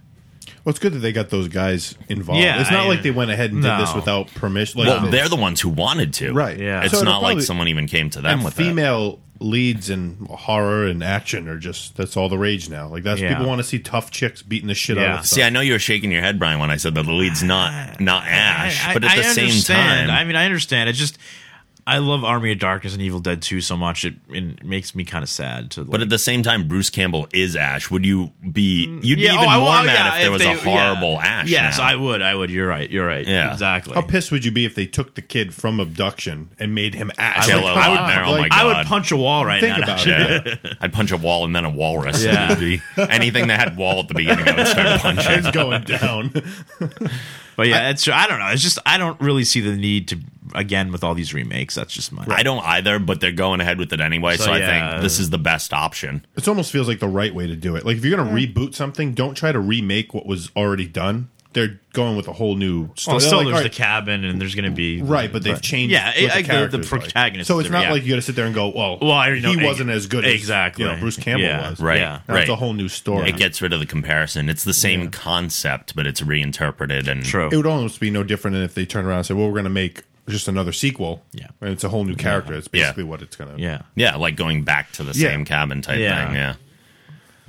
Speaker 6: well, it's good that they got those guys involved.
Speaker 7: Yeah,
Speaker 6: it's not
Speaker 7: I-
Speaker 6: like they went ahead and
Speaker 7: No.
Speaker 6: did this without permission. Like,
Speaker 5: Well, they're the ones who wanted to.
Speaker 6: Right.
Speaker 7: Yeah.
Speaker 5: It's
Speaker 6: So it'll
Speaker 5: not like
Speaker 6: probably-
Speaker 5: someone even came to them
Speaker 6: and
Speaker 5: with it.
Speaker 6: female leads in horror and action are just that's all the rage now. Like that's
Speaker 7: Yeah.
Speaker 6: people want to see tough chicks beating the shit
Speaker 7: Yeah.
Speaker 6: out of.
Speaker 5: See,
Speaker 6: stuff.
Speaker 5: I know you were shaking your head, Brian, when I said that the lead's
Speaker 6: Ah.
Speaker 5: not not Ash,
Speaker 7: I-
Speaker 5: but at
Speaker 7: I
Speaker 5: the same
Speaker 7: understand.
Speaker 5: time,
Speaker 7: I mean, I understand. It's just I love Army of Darkness and Evil Dead 2 so much. It, it makes me kind of sad to. Like,
Speaker 5: but at the same time, Bruce Campbell is Ash. Would you be? You'd be
Speaker 7: Yeah,
Speaker 5: even
Speaker 7: oh, I-
Speaker 5: more
Speaker 7: well,
Speaker 5: mad
Speaker 7: yeah,
Speaker 5: if there was a
Speaker 7: they- yeah.
Speaker 5: horrible Ash.
Speaker 7: Yes,
Speaker 5: now.
Speaker 7: I would. I would. You're right. You're right.
Speaker 5: Yeah.
Speaker 7: exactly.
Speaker 6: How pissed would you be if they took the kid from abduction and made him ash?
Speaker 5: Taylor
Speaker 6: Like, I would-
Speaker 5: Lautner, oh my
Speaker 6: like,
Speaker 5: God.
Speaker 7: I would punch a wall right
Speaker 6: Think
Speaker 7: now.
Speaker 6: about
Speaker 7: actually.
Speaker 6: it.
Speaker 5: I'd punch a wall and then a walrus.
Speaker 7: Yeah.
Speaker 5: It'd be- anything that had wall at the beginning, I would start punching.
Speaker 6: It's going down.
Speaker 7: But yeah, it's I don't know. It's just I don't really see the need to again with all these remakes. That's just my.
Speaker 5: I don't either, but they're going ahead with it anyway, so,
Speaker 7: So,
Speaker 5: I
Speaker 7: yeah.
Speaker 5: think this is the best option.
Speaker 6: It almost feels like the right way to do it. Like if you're going to reboot something, don't try to remake what was already done. They're going with a whole new story.
Speaker 7: Well, still,
Speaker 6: Like,
Speaker 7: there's
Speaker 6: all
Speaker 7: the
Speaker 6: right,
Speaker 7: cabin, and there's going to be
Speaker 6: Right, but they've changed. what
Speaker 7: Yeah, I- I- the- the
Speaker 6: characters like.
Speaker 7: protagonist
Speaker 6: So
Speaker 7: is
Speaker 6: it's not
Speaker 7: different,
Speaker 6: like
Speaker 7: yeah.
Speaker 6: you got to sit there and go, "Well,
Speaker 7: Well, I already know
Speaker 6: he wasn't as good as
Speaker 7: exactly.
Speaker 6: you know, Bruce Campbell
Speaker 7: Yeah,
Speaker 6: was."
Speaker 5: Right.
Speaker 7: Yeah.
Speaker 6: That's
Speaker 5: Right.
Speaker 6: a whole new story.
Speaker 5: It gets rid of the comparison. It's the same concept, but it's reinterpreted and
Speaker 7: True.
Speaker 6: It would almost be no different than if they turned around and said, "Well, we're going to make just another sequel."
Speaker 7: Yeah.
Speaker 6: and it's a whole new character. It's
Speaker 5: Yeah.
Speaker 6: basically what it's going to.
Speaker 7: yeah.
Speaker 5: Yeah, like going back to the
Speaker 6: Yeah.
Speaker 5: same cabin type
Speaker 7: Yeah.
Speaker 5: thing. Yeah.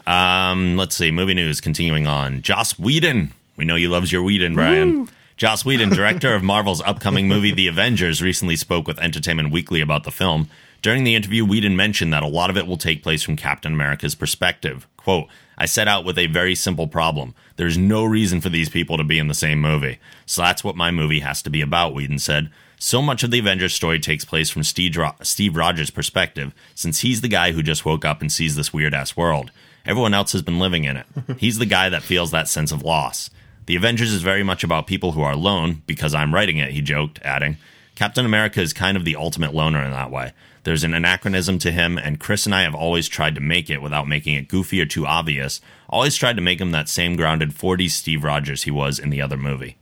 Speaker 5: Um, let's see. Movie news continuing on. Joss Whedon. We know you loves your Whedon, Brian. Joss Whedon, director of Marvel's upcoming movie The Avengers, recently spoke with Entertainment Weekly about the film. During the interview, Whedon mentioned that a lot of it will take place from Captain America's perspective. Quote, I set out with a very simple problem. There's no reason for these people to be in the same movie. So that's what my movie has to be about, Whedon said. So much of the Avengers story takes place from Steve, Ro- Steve Rogers' perspective, since he's the guy who just woke up and sees this weird ass world. Everyone else has been living in it. He's the guy that feels that sense of loss. The Avengers is very much about people who are alone because I'm writing it, he joked, adding, Captain America is kind of the ultimate loner in that way. There's an anachronism to him, and Chris and I have always tried to make it without making it goofy or too obvious, always tried to make him that same grounded 40s Steve Rogers he was in the other movie.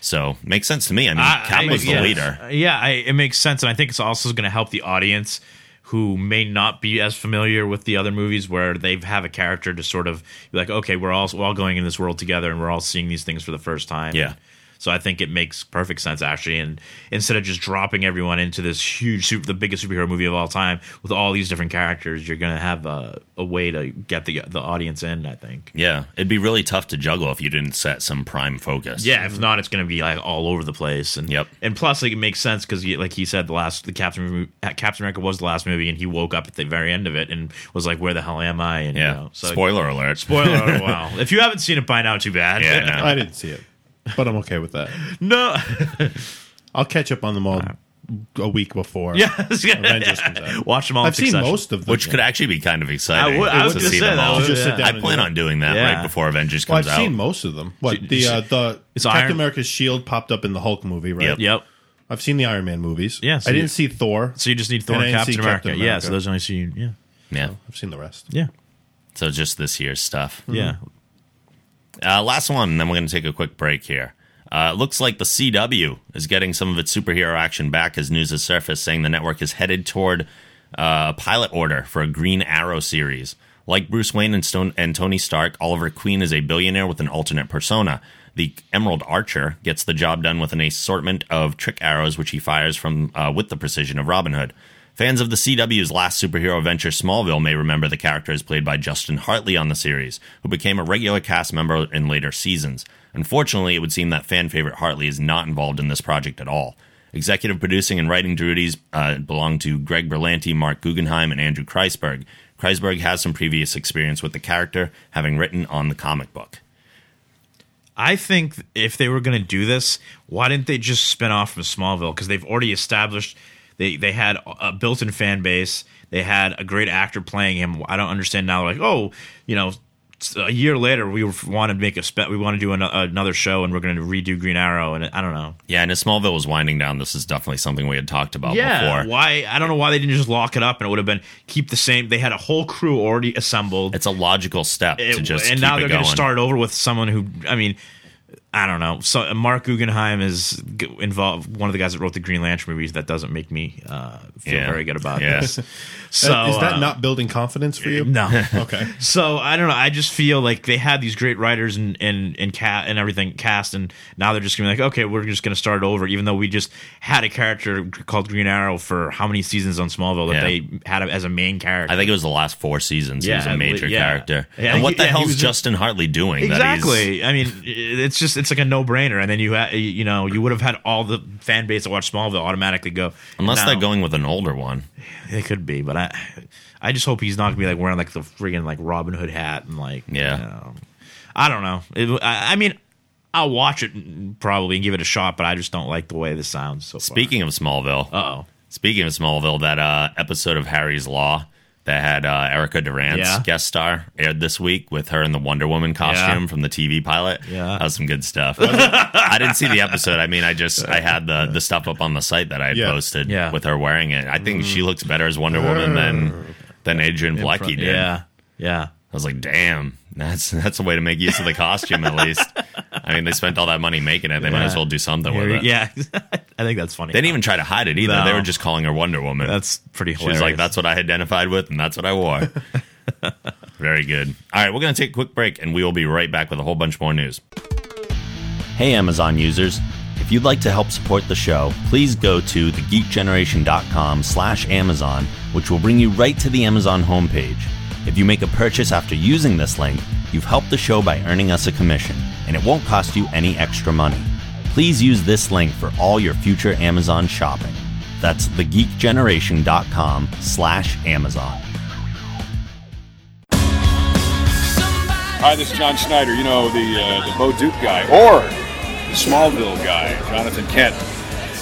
Speaker 5: So, makes sense to me. I mean,
Speaker 7: I-
Speaker 5: Cap
Speaker 7: Ah, I-
Speaker 5: was the
Speaker 7: yeah.
Speaker 5: leader.
Speaker 7: Uh, Yeah, I, it makes sense, and I think it's also going to help the audience who may not be as familiar with the other movies, where they have a character to sort of be like, okay, we're all we're all going in this world together, and we're all seeing these things for the first time.
Speaker 5: Yeah.
Speaker 7: So I think it makes perfect sense actually, and instead of just dropping everyone into this huge, super, the biggest superhero movie of all time with all these different characters, you're gonna have a, a way to get the the audience in. I think.
Speaker 5: Yeah, it'd be really tough to juggle if you didn't set some prime focus.
Speaker 7: Yeah, if not, it's going to be like all over the place. And
Speaker 5: Yep.
Speaker 7: And plus, like it makes sense because, like he said, the last the Captain mo- Captain America was the last movie, and he woke up at the very end of it and was like, "Where the hell am I?" And
Speaker 5: Yeah.
Speaker 7: you know, so
Speaker 5: Spoiler alert.
Speaker 7: spoiler. alert, wow, if you haven't seen it by now, too bad.
Speaker 5: Yeah, no.
Speaker 6: I didn't see it, but I'm okay with that.
Speaker 7: no.
Speaker 6: I'll catch up on them all a week before.
Speaker 7: yes.
Speaker 6: Avengers comes out.
Speaker 7: Watch them all. in
Speaker 6: I've seen
Speaker 7: succession.
Speaker 6: most of them.
Speaker 5: Which could actually be kind of exciting.
Speaker 7: I would. I was
Speaker 5: to
Speaker 7: going to
Speaker 5: see
Speaker 7: say
Speaker 5: them
Speaker 7: that.
Speaker 5: all.
Speaker 7: was-
Speaker 6: Just sit
Speaker 7: yeah.
Speaker 6: down.
Speaker 5: I plan on doing that
Speaker 7: Yeah.
Speaker 5: right before Avengers
Speaker 6: Well,
Speaker 5: comes
Speaker 6: I've seen
Speaker 5: out.
Speaker 6: most of them. What the
Speaker 7: you-
Speaker 6: uh, the
Speaker 7: It's
Speaker 6: Captain
Speaker 7: Iron-
Speaker 6: America's shield popped up in the Hulk movie, right?
Speaker 5: Yep.
Speaker 7: Yep.
Speaker 6: I've seen the Iron Man movies.
Speaker 7: Yeah, so
Speaker 6: I
Speaker 7: you-
Speaker 6: didn't see Thor.
Speaker 7: So you just need Thor
Speaker 6: And
Speaker 7: and
Speaker 6: I didn't see
Speaker 7: Captain America.
Speaker 6: Captain
Speaker 7: Yeah.
Speaker 6: America.
Speaker 7: So those only see. Yeah.
Speaker 5: yeah.
Speaker 6: I've seen the rest.
Speaker 7: Yeah.
Speaker 5: So just this year's stuff.
Speaker 7: Hmm.
Speaker 6: Mm-hmm.
Speaker 7: Yeah.
Speaker 5: Uh, last one, and then we're going to take a quick break here. Uh, it looks like the CW is getting some of its superhero action back as news has surfaced saying the network is headed toward uh, a pilot order for a Green Arrow series. Like Bruce Wayne and, Stone- and Tony Stark, Oliver Queen is a billionaire with an alternate persona. The Emerald Archer gets the job done with an assortment of trick arrows, which he fires from uh, with the precision of Robin Hood. Fans of the CW's last superhero venture, Smallville, may remember the character is played by Justin Hartley on the series, who became a regular cast member in later seasons. Unfortunately, it would seem that fan favorite Hartley is not involved in this project at all. Executive producing and writing duties uh, belong to Greg Berlanti, Mark Guggenheim, and Andrew Kreisberg. Kreisberg has some previous experience with the character, having written on the comic book.
Speaker 7: I think if they were going to do this, why didn't they just spin off from Smallville? Because they've already established they they had a built-in fan base. They had a great actor playing him. I don't understand now. Like, oh, you know, a year later, we want to make a spe- we want to do an- another show, and we're going to redo Green Arrow. And I don't know.
Speaker 5: Yeah, and as Smallville was winding down, this is definitely something we had talked about
Speaker 7: Yeah,
Speaker 5: before.
Speaker 7: why? I don't know why they didn't just lock it up, and it would have been keep the same. They had a whole crew already assembled.
Speaker 5: It's a logical step to
Speaker 7: It-
Speaker 5: just
Speaker 7: and
Speaker 5: keep
Speaker 7: now
Speaker 5: it
Speaker 7: they're
Speaker 5: going.
Speaker 7: to start over with someone who I mean, I don't know. So Mark Guggenheim is g- involved, one of the guys that wrote the Green Lantern movies. That doesn't make me uh, feel
Speaker 5: Yeah.
Speaker 7: very good about
Speaker 5: Yeah.
Speaker 7: this. So
Speaker 6: is that
Speaker 7: uh,
Speaker 6: not building confidence for you?
Speaker 7: no?
Speaker 6: Okay.
Speaker 7: so I don't know. I just feel like they had these great writers and and and cat and everything cast, and now they're just gonna be like, okay, we're just gonna start over, even though we just had a character called Green Arrow for how many seasons on Smallville that
Speaker 5: Yeah.
Speaker 7: they had as a main character.
Speaker 5: I think it was the last four seasons.
Speaker 7: Yeah,
Speaker 5: he was
Speaker 7: I
Speaker 5: a major
Speaker 7: believe- yeah.
Speaker 5: character.
Speaker 7: Yeah,
Speaker 5: and what
Speaker 7: he-
Speaker 5: the
Speaker 7: yeah, he
Speaker 5: hell's
Speaker 7: was a-
Speaker 5: Justin Hartley doing? That he's,
Speaker 7: Exactly. I mean, it's just it's like a no brainer. And then you ha- you know you would have had all the fan base that watched Smallville automatically go.
Speaker 5: unless
Speaker 7: no,
Speaker 5: they're going with an older one.
Speaker 7: it could be. But I, I just hope he's not gonna be like wearing like the friggin' like Robin Hood hat and like
Speaker 5: Yeah.
Speaker 7: you know. I don't know. It, I, I mean, I'll watch it probably and give it a shot, but I just don't like the way this sounds. So
Speaker 5: Speaking of Smallville,
Speaker 7: uh oh,
Speaker 5: speaking of Smallville, that uh, episode of Harry's Law that had uh, Erica Durant's
Speaker 7: Yeah.
Speaker 5: guest star aired this week with her in the Wonder Woman costume
Speaker 7: Yeah.
Speaker 5: from the TV pilot.
Speaker 7: Yeah.
Speaker 5: that was some good stuff. I didn't see the episode. I mean, I just I had the the stuff up on the site that I had
Speaker 6: Yeah.
Speaker 5: posted
Speaker 7: Yeah. Mm.
Speaker 5: with her wearing it. I think she looks better as Wonder Woman than than Adrian Blackie did.
Speaker 7: yeah, yeah.
Speaker 5: I was like, damn, that's that's a way to make use of the costume at least. I mean, they spent all that money making it; they might
Speaker 7: Yeah.
Speaker 5: as well do something with it.
Speaker 7: Yeah, I think that's funny.
Speaker 5: They didn't even try to hide it either. They
Speaker 7: No.
Speaker 5: were just calling her Wonder Woman.
Speaker 7: that's pretty
Speaker 5: She was
Speaker 7: hilarious.
Speaker 5: like, that's what I identified with, and that's what I wore. Very good. All right, we're going to take a quick break, and we will be right back with a whole bunch more news. Hey, Amazon users. If you'd like to help support the show, please go to thegeekgeneration.com slash Amazon, which will bring you right to the Amazon homepage. If you make a purchase after using this link, you've helped the show by earning us a commission, and it won't cost you any extra money. Please use this link for all your future Amazon shopping. That's thegeekgeneration.com slash Amazon.
Speaker 9: Hi, this is John Schneider. You know the uh, the Bo Duke guy or the Smallville guy, Jonathan Kent.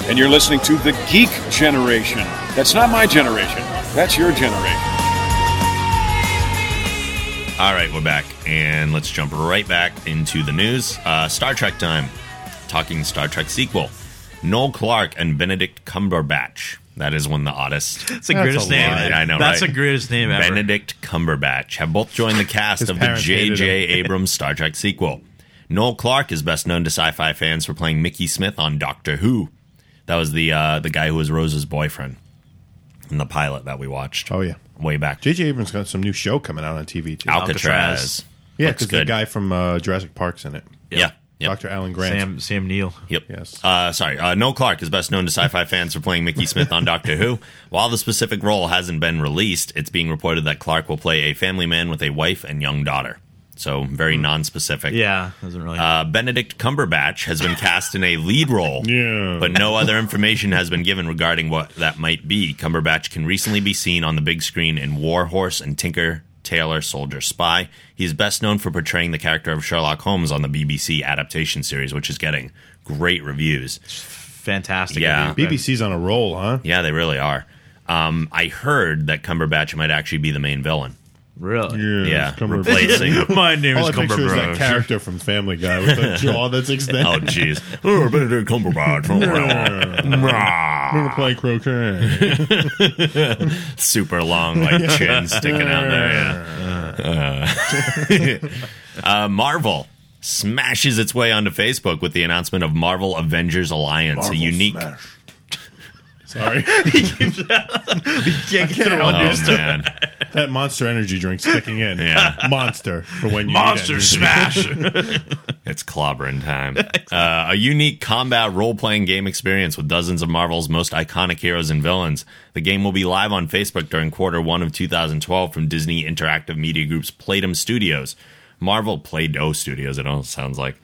Speaker 9: And you're listening to the Geek Generation. That's not my generation. That's your generation.
Speaker 5: All right, we're back, and let's jump right back into the news. Uh, Star Trek time. Talking Star Trek sequel. Noel Clark and Benedict Cumberbatch. That is one of the oddest.
Speaker 7: that's the
Speaker 6: That's
Speaker 7: greatest
Speaker 6: a
Speaker 7: name.
Speaker 5: lie. I know,
Speaker 7: That's
Speaker 5: right?
Speaker 7: the greatest name ever.
Speaker 5: Benedict Cumberbatch have both joined the cast
Speaker 6: His
Speaker 5: of the
Speaker 6: parents hated
Speaker 5: J.J.
Speaker 6: him.
Speaker 5: Abrams Star Trek sequel. Noel Clark is best known to sci-fi fans for playing Mickey Smith on Doctor Who. That was the uh, the guy who was Rose's boyfriend in the pilot that we watched
Speaker 6: Oh yeah.
Speaker 5: way back.
Speaker 6: J.J. Abrams got some new show coming out on TV too.
Speaker 5: Alcatraz.
Speaker 7: Alcatraz.
Speaker 6: yeah,
Speaker 5: looks
Speaker 6: because the
Speaker 5: good.
Speaker 6: guy from uh, Jurassic Park's in it.
Speaker 5: Yeah. yeah.
Speaker 6: Dr. Alan Grant.
Speaker 7: Sam Sam Neil.
Speaker 5: Yep.
Speaker 6: Yes.
Speaker 5: Uh, sorry. Uh, Noel Clark is best known to sci-fi fans for playing Mickey Smith on Doctor Who. While the specific role hasn't been released, it's being reported that Clark will play a family man with a wife and young daughter. So very non-specific.
Speaker 7: Yeah, doesn't really.
Speaker 5: Uh, Benedict Cumberbatch has been cast in a lead role,
Speaker 6: Yeah.
Speaker 5: but no other information has been given regarding what that might be. Cumberbatch can recently be seen on the big screen in War Horse and Tinker Tailor Soldier Spy. He is best known for portraying the character of Sherlock Holmes on the BBC adaptation series, which is getting great reviews.
Speaker 7: fantastic.
Speaker 5: Yeah.
Speaker 7: review.
Speaker 6: BBC's on a roll, huh?
Speaker 5: Yeah, they really are. Um, I heard that Cumberbatch might actually be the main villain.
Speaker 7: Really?
Speaker 5: Yeah,
Speaker 6: it's Cumberbatch.
Speaker 5: replacing.
Speaker 7: My name
Speaker 6: All I
Speaker 7: is
Speaker 6: picture is that
Speaker 7: Cumberbrook.
Speaker 6: character from Family Guy with the jaw that's extended.
Speaker 5: Oh, jeez. Oh, Benedict Oh, Cumberbatch.
Speaker 6: I'm gonna play croquet.
Speaker 5: Super long, like chin sticking out there. Yeah. Uh, uh, Marvel smashes its way onto Facebook with the announcement of Marvel Avengers Alliance, a unique.
Speaker 6: Sorry,
Speaker 7: Yeah, get it on
Speaker 5: Oh man!
Speaker 6: that Monster Energy drink sticking in.
Speaker 5: Yeah.
Speaker 6: Monster for when you need
Speaker 7: Monster
Speaker 6: energy.
Speaker 7: Smash.
Speaker 5: It's clobbering time. Uh, a unique combat role playing game experience with dozens of Marvel's most iconic heroes and villains. The game will be live on Facebook during quarter one of 2012 from Disney Interactive Media Group's Playdom Studios. Marvel Play Doh Studios, it almost sounds like.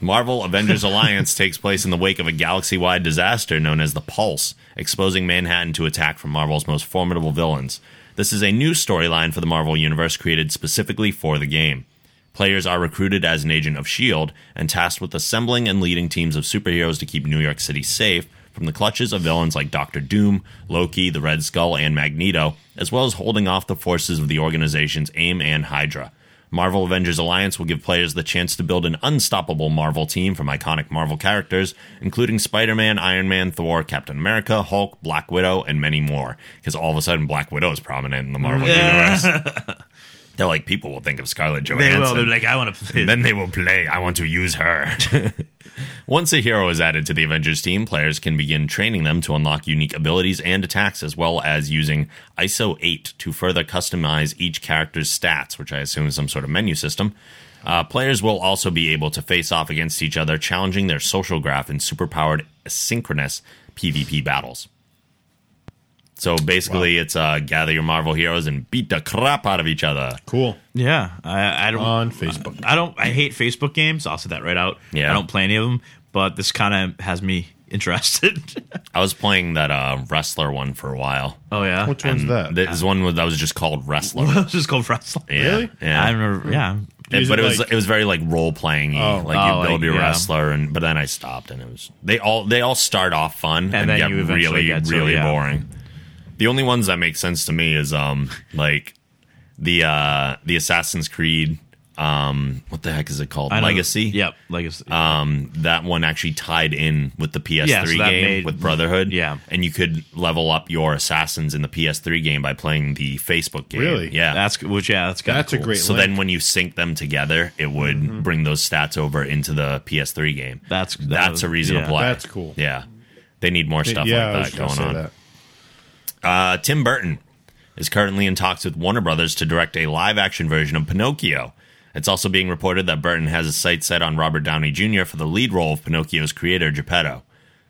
Speaker 5: Marvel Avengers Alliance takes place in the wake of a galaxy wide disaster known as the Pulse, exposing Manhattan to attack from Marvel's most formidable villains. This is a new storyline for the Marvel Universe created specifically for the game. Players are recruited as an agent of S.H.I.E.L.D. E and tasked with assembling and leading teams of superheroes to keep New York City safe from the clutches of villains like Doctor Doom, Loki, the Red Skull, and Magneto, as well as holding off the forces of the organizations AIM and Hydra. Marvel Avengers Alliance will give players the chance to build an unstoppable Marvel team from iconic Marvel characters, including Spider Man, Iron Man, Thor, Captain America, Hulk, Black Widow, and many more. Because all of a sudden, Black Widow is prominent in the Marvel universe. They're like, people will think of Scarlett Johansson.
Speaker 7: They will. They're like, I want to play.
Speaker 5: And then they will play. I want to use her. Once a hero is added to the Avengers team, players can begin training them to unlock unique abilities and attacks, as well as using ISO 8 to further customize each character's stats, which I assume is some sort of menu system. Uh, players will also be able to face off against each other, challenging their social graph in superpowered asynchronous PvP battles. So basically, it's uh, gather your Marvel heroes and beat the crap out of each other.
Speaker 6: Cool.
Speaker 7: Yeah, I, I don't
Speaker 6: On Facebook.
Speaker 7: I don't. I hate Facebook games. I'll say that right out.
Speaker 5: Yeah.
Speaker 7: I don't play any of them. But this kind of has me interested.
Speaker 5: I was playing that uh, wrestler one for a while.
Speaker 7: oh yeah,
Speaker 6: Which one's that?
Speaker 5: This one was, that was just called wrestler.
Speaker 7: It's just called wrestling.
Speaker 5: Yeah,
Speaker 6: Really?
Speaker 5: Yeah.
Speaker 7: I remember. Yeah,
Speaker 5: It-
Speaker 6: Is
Speaker 5: but
Speaker 6: it
Speaker 5: it, was
Speaker 6: like-
Speaker 5: it was very like role playing.
Speaker 6: Oh.
Speaker 5: like
Speaker 7: Oh,
Speaker 5: you build
Speaker 7: like,
Speaker 5: your
Speaker 7: yeah.
Speaker 5: wrestler, and but then I stopped, and it was they all they all start off fun and,
Speaker 7: then
Speaker 5: get
Speaker 7: you eventually
Speaker 5: really
Speaker 7: get to-
Speaker 5: really
Speaker 7: yeah.
Speaker 5: boring. The only ones that make sense to me is um like the uh the Assassin's Creed um what the heck is it called
Speaker 7: I know-
Speaker 5: Legacy
Speaker 7: Yep, Legacy.
Speaker 5: um, that one actually tied in with the PS3
Speaker 7: Yeah, so that
Speaker 5: game
Speaker 7: made-
Speaker 5: with Brotherhood.
Speaker 7: Yeah.
Speaker 5: and you could level up your assassins in the PS3 game by playing the Facebook game.
Speaker 6: Really?
Speaker 5: Yeah.
Speaker 7: that's which. Yeah, that's kind
Speaker 6: That's a great.
Speaker 5: so
Speaker 6: link. Mm-hmm.
Speaker 5: then when you sync them together, it would bring those stats over into the PS3 game.
Speaker 7: That's- that
Speaker 5: that's
Speaker 7: was-
Speaker 5: a reason
Speaker 7: yeah.
Speaker 5: to play.
Speaker 6: That's cool.
Speaker 5: Yeah, they need more stuff
Speaker 6: yeah, I
Speaker 5: like
Speaker 6: was
Speaker 5: that
Speaker 6: gonna
Speaker 5: going
Speaker 6: say
Speaker 5: on.
Speaker 6: that.
Speaker 5: Uh, Tim Burton is currently in talks with Warner Brothers to direct a live action version of Pinocchio. It's also being reported that Burton has his sights set on Robert Downey Jr. for the lead role of Pinocchio's creator, Geppetto.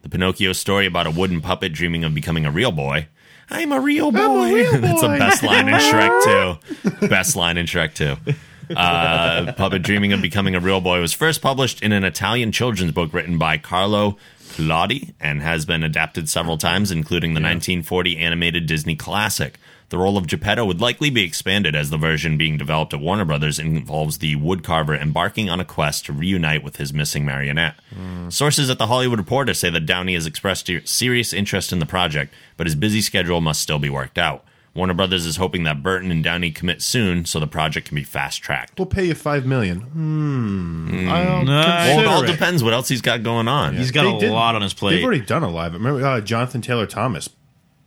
Speaker 5: The Pinocchio story about a wooden puppet dreaming of becoming a real boy. I'm a real boy. That's the best line in Shrek 2. Best line in Shrek 2 uh, Puppet Dreaming of Becoming a Real Boy was first published in an Italian children's book written by Carlo Collodi and has been adapted several times, including the 1940 animated Disney classic. The role of Geppetto would likely be expanded as the version being developed at Warner Brothers involves the woodcarver embarking on a quest to reunite with his missing marionette. Sources at the Hollywood Reporter say that Downey has expressed serious interest in the project, but his busy schedule must still be worked out. Warner Brothers is hoping that Burton and Downey commit soon so the project can be fast tracked.
Speaker 6: We'll pay you five million. Hmm. I'll
Speaker 5: Well, it all
Speaker 6: consider it.
Speaker 5: depends what else he's got going on.
Speaker 7: He's got
Speaker 6: They
Speaker 7: a
Speaker 6: did-
Speaker 7: lot on his plate.
Speaker 6: They've already done a live. Remember uh, Jonathan Taylor Thomas?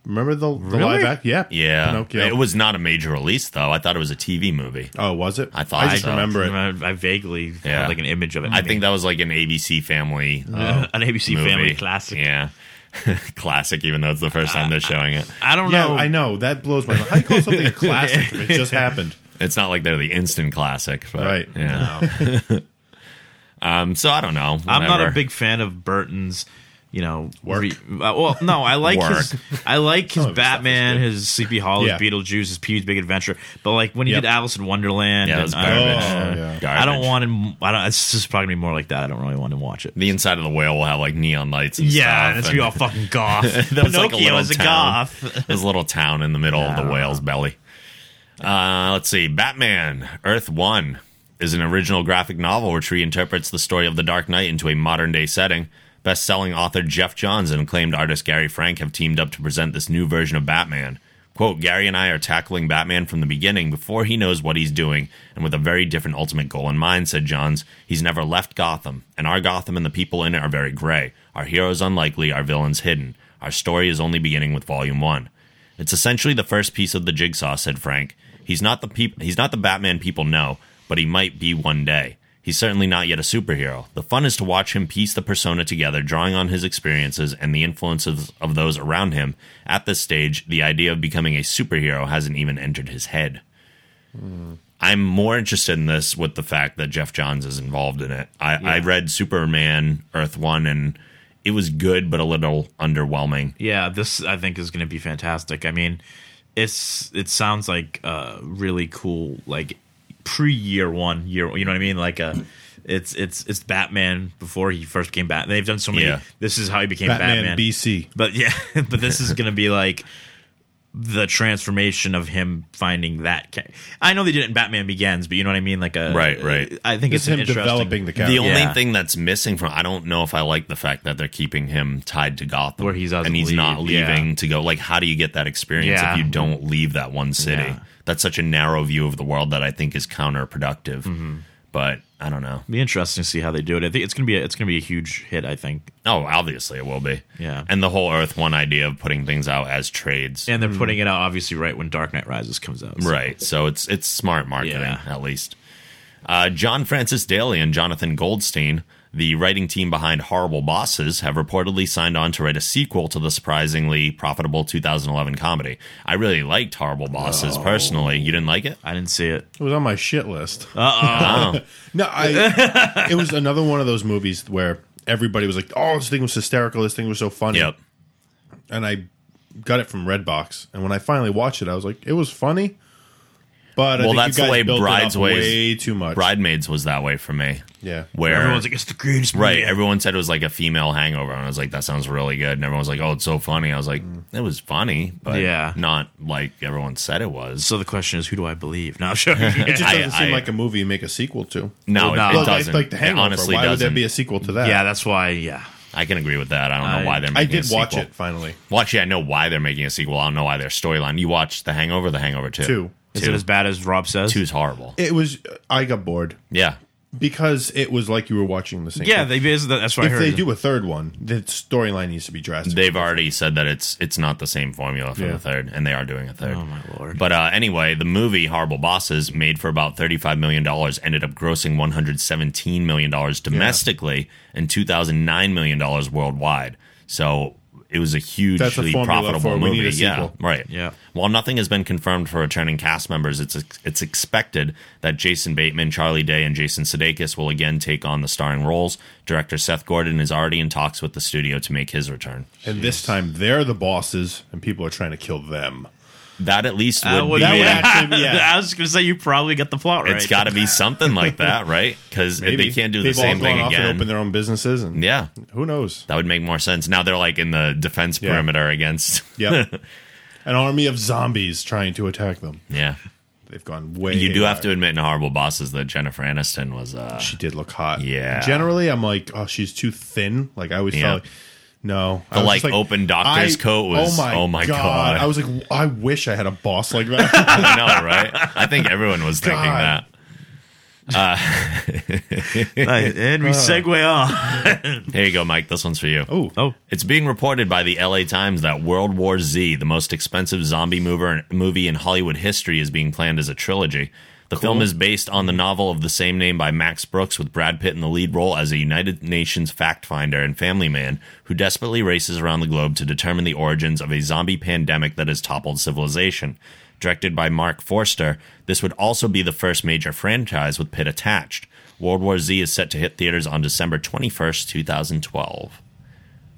Speaker 6: Remember the, the live act? Yeah.
Speaker 5: yeah.
Speaker 6: Pinocchio.
Speaker 5: It was not a major release, though. I thought it was a TV movie.
Speaker 6: Oh, was it?
Speaker 5: I thought
Speaker 6: I just
Speaker 5: so.
Speaker 6: remember it.
Speaker 7: Uh, I, I vaguely
Speaker 5: Yeah.
Speaker 7: had like an image of it.
Speaker 5: I think that was like an ABC family.
Speaker 7: Uh, an ABC
Speaker 5: movie.
Speaker 7: Family classic.
Speaker 5: Yeah. classic, even though it's the first time they're showing it.
Speaker 7: I don't
Speaker 6: Yeah,
Speaker 7: know.
Speaker 6: I know that blows my mind. How you call something a classic? if it just happened.
Speaker 5: It's not like they're the instant classic. But,
Speaker 6: Right.
Speaker 5: Yeah. um, so I don't know.
Speaker 7: I'm not a
Speaker 5: Whatever.
Speaker 7: big fan of Burton's, you know,
Speaker 6: Work.
Speaker 7: uh, well, no, I like his, I like his
Speaker 6: of his stuff is
Speaker 7: Batman,
Speaker 6: good.
Speaker 7: his Sleepy Hollow,
Speaker 6: Yeah.
Speaker 7: his Beetlejuice, his Pew's Big Adventure, but like when he
Speaker 6: Yep.
Speaker 7: did Alice in Wonderland,
Speaker 5: Yeah, it
Speaker 7: and
Speaker 5: was
Speaker 7: I don't-
Speaker 5: garbage.
Speaker 6: Oh, yeah.
Speaker 5: Garbage.
Speaker 7: I don't want him. I don't. It's just probably gonna be more like that. I don't really want to watch it.
Speaker 5: The inside of the whale will have like neon lights and
Speaker 7: Yeah,
Speaker 5: stuff.
Speaker 7: that's
Speaker 5: and-
Speaker 7: be all fucking goth.
Speaker 5: That was like a
Speaker 7: Pinocchio
Speaker 5: little
Speaker 7: is a
Speaker 5: town.
Speaker 7: goth.
Speaker 5: There's a little town in the middle of the whale's belly. Uh, let's see. Batman Earth One is an original graphic novel which reinterprets the story of the Dark Knight into a modern day setting. Best selling author Jeff Johns and acclaimed artist Gary Frank have teamed up to present this new version of Batman. Quote, Gary and I are tackling Batman from the beginning before he knows what he's doing and with a very different ultimate goal in mind, said Johns. He's never left Gotham, and our Gotham and the people in it are very gray. Our heroes unlikely, our villains hidden. Our story is only beginning with Volume 1. It's essentially the first piece of the jigsaw, said Frank. He's not the peop- he's not the Batman people know, but he might be one day. He's certainly not yet a superhero. The fun is to watch him piece the persona together, drawing on his experiences and the influences of those around him. At this stage, the idea of becoming a superhero hasn't even entered his head. I'm more interested in this with the fact that Jeff Johns is involved in it. I, I read Superman Earth One and it was good, but a little underwhelming.
Speaker 7: Yeah, this I think is going to be fantastic. I mean, it's it sounds like a really cool like pre year one year. You know what I mean? Like a It's it's it's Batman before he first became Batman. They've done so many.
Speaker 5: Yeah.
Speaker 7: This is how he became
Speaker 6: Batman,
Speaker 7: Batman.
Speaker 6: BC.
Speaker 7: But yeah, but this is gonna be like the transformation of him finding that. Ca- I know they did it in Batman Begins, but you know what I mean. Like a
Speaker 5: Right, right.
Speaker 7: I think
Speaker 6: It's
Speaker 7: it's an
Speaker 6: him
Speaker 7: interesting-
Speaker 6: developing the
Speaker 5: The
Speaker 6: character.
Speaker 5: only
Speaker 7: Oh, Yeah.
Speaker 5: thing that's missing from I don't know if I like the fact that they're keeping him tied to Gotham,
Speaker 7: Where he's doesn't
Speaker 5: and he's not
Speaker 7: leave, yeah.
Speaker 5: leaving to go. Like, how do you get that experience
Speaker 7: Yeah.
Speaker 5: if you don't leave that one city?
Speaker 7: Yeah.
Speaker 5: That's such a narrow view of the world that I think is counterproductive.
Speaker 7: Mm-hmm.
Speaker 5: But I don't know.
Speaker 7: Be interesting to see how they do it. I think it's gonna be a, it's gonna be a huge hit. I think.
Speaker 5: Oh, obviously it will be.
Speaker 7: Yeah.
Speaker 5: and the whole Earth One idea of putting things out as trades.
Speaker 7: And they're putting it out obviously right when Dark Knight Rises comes out. so-
Speaker 5: Right. So it's it's smart marketing
Speaker 7: Yeah.
Speaker 5: at least. Uh, John Francis Daly and Jonathan Goldstein, the writing team behind Horrible Bosses, have reportedly signed on to write a sequel to the surprisingly profitable 2011 comedy. I really liked Horrible Bosses
Speaker 7: Oh.
Speaker 5: personally. You didn't like it?
Speaker 7: I didn't see it.
Speaker 6: It was on my shit list.
Speaker 5: Oh,
Speaker 6: No, I. it was another one of those movies where everybody was like, "Oh, this thing was hysterical. This thing was so funny."
Speaker 5: yep.
Speaker 6: And I got it from Redbox, and when I finally watched it, I was like, "It was funny." But I
Speaker 5: Well,
Speaker 6: think
Speaker 5: that's
Speaker 6: you
Speaker 5: the
Speaker 6: guys
Speaker 5: way
Speaker 6: built it up
Speaker 5: Bridesways-
Speaker 6: way too much.
Speaker 5: Bridesmaids was that way for me.
Speaker 6: yeah,
Speaker 5: Where
Speaker 7: Everyone's like, it's the greatest. movie
Speaker 5: Right.
Speaker 7: ever."
Speaker 5: Everyone said it was like a female hangover. And I was like, that sounds really good. And everyone was like, oh, it's so funny. I was like, it was funny, but
Speaker 7: Mm. Yeah.
Speaker 5: not like everyone said it was.
Speaker 7: So the question is, who do I believe? No, I'm sure.
Speaker 6: it just
Speaker 5: I-
Speaker 6: doesn't seem
Speaker 5: I-
Speaker 6: like a movie you make a sequel to.
Speaker 5: No,
Speaker 7: Well,
Speaker 5: it,
Speaker 7: no.
Speaker 5: it
Speaker 6: Like-
Speaker 5: doesn't.
Speaker 6: Like the Hangover.
Speaker 5: It honestly
Speaker 6: Why would
Speaker 5: doesn't.
Speaker 6: there be a sequel to that?
Speaker 7: yeah, that's why. Yeah,
Speaker 5: I can agree with that. I don't
Speaker 7: I-
Speaker 5: know why they're.
Speaker 6: I
Speaker 5: making
Speaker 6: did
Speaker 5: a
Speaker 6: watch
Speaker 5: sequel.
Speaker 6: it finally.
Speaker 5: Well, actually, I know why they're making a sequel. I don't know why their storyline. You watched The Hangover, The Hangover Two.
Speaker 6: Two.
Speaker 7: is
Speaker 5: Two.
Speaker 7: it as bad as Rob says?
Speaker 5: Two's horrible.
Speaker 6: It was. I got bored
Speaker 5: yeah,
Speaker 6: because it was like you were watching the same.
Speaker 7: Yeah,
Speaker 6: thing.
Speaker 7: they that's what I
Speaker 6: if
Speaker 7: heard.
Speaker 6: they do a third one, the storyline needs to be drastic.
Speaker 5: they've already said that it's it's not the same formula for
Speaker 6: Yeah.
Speaker 5: the third, and they are doing a third.
Speaker 7: Oh my lord!
Speaker 5: But uh, anyway, the movie Horrible Bosses made for about thirty-five million dollars, ended up grossing one hundred seventeen million dollars domestically and two thousand nine million dollars worldwide. So it was a
Speaker 6: That's a
Speaker 5: hugely
Speaker 6: formula
Speaker 5: profitable
Speaker 6: for we
Speaker 5: movie.
Speaker 6: need a
Speaker 5: yeah,
Speaker 6: sequel.
Speaker 5: right.
Speaker 7: Yeah.
Speaker 5: While nothing has been confirmed for returning cast members, it's it's expected that Jason Bateman, Charlie Day, and Jason Sudeikis will again take on the starring roles. Director Seth Gordon is already in talks with the studio to make his return.
Speaker 6: and this time they're the bosses, and people are trying to kill them.
Speaker 5: That at least would,
Speaker 7: That would
Speaker 5: be
Speaker 6: Uh, That
Speaker 7: be-
Speaker 6: would
Speaker 7: Yeah.
Speaker 6: actually be- yeah.
Speaker 7: I was gonna say you probably got the plot right.
Speaker 5: It's got to be something like that, right? Because they can't do the
Speaker 6: They've all
Speaker 5: same thing
Speaker 6: gone off and
Speaker 5: again.
Speaker 6: open their own businesses, and
Speaker 5: yeah,
Speaker 6: who knows?
Speaker 5: that would make more sense. Now they're like in the defense
Speaker 6: Yeah.
Speaker 5: perimeter against.
Speaker 6: Yep. An army of zombies trying to attack them.
Speaker 5: Yeah,
Speaker 6: They've gone way.
Speaker 5: you do have
Speaker 6: higher.
Speaker 5: to admit in horrible bosses that Jennifer Aniston was. uh
Speaker 6: She did look hot.
Speaker 5: Yeah.
Speaker 6: Generally, I'm like, oh, she's too thin. Like I always
Speaker 5: Yeah.
Speaker 6: felt like, no. I
Speaker 5: The,
Speaker 6: was just
Speaker 5: like, open doctor's coat was- oh my God.
Speaker 6: I was like, I wish I had a boss like that.
Speaker 5: I know, right? I think everyone was thinking
Speaker 6: God.
Speaker 5: that.
Speaker 7: and we segue on.
Speaker 5: Here you go, Mike. This one's for you.
Speaker 6: oh,
Speaker 7: Oh,
Speaker 5: It's being reported by the LA Times that World War Z, the most expensive zombie mover, movie in Hollywood history, is being planned as a trilogy. The film is based on the novel of the same name by Max Brooks, with Brad Pitt in the lead role as a United Nations fact finder and family man who desperately races around the globe to determine the origins of a zombie pandemic that has toppled civilization. Directed by Mark Forster, this would also be the first major franchise with Pitt attached. World War Z is set to hit theaters on December 21st, 2012.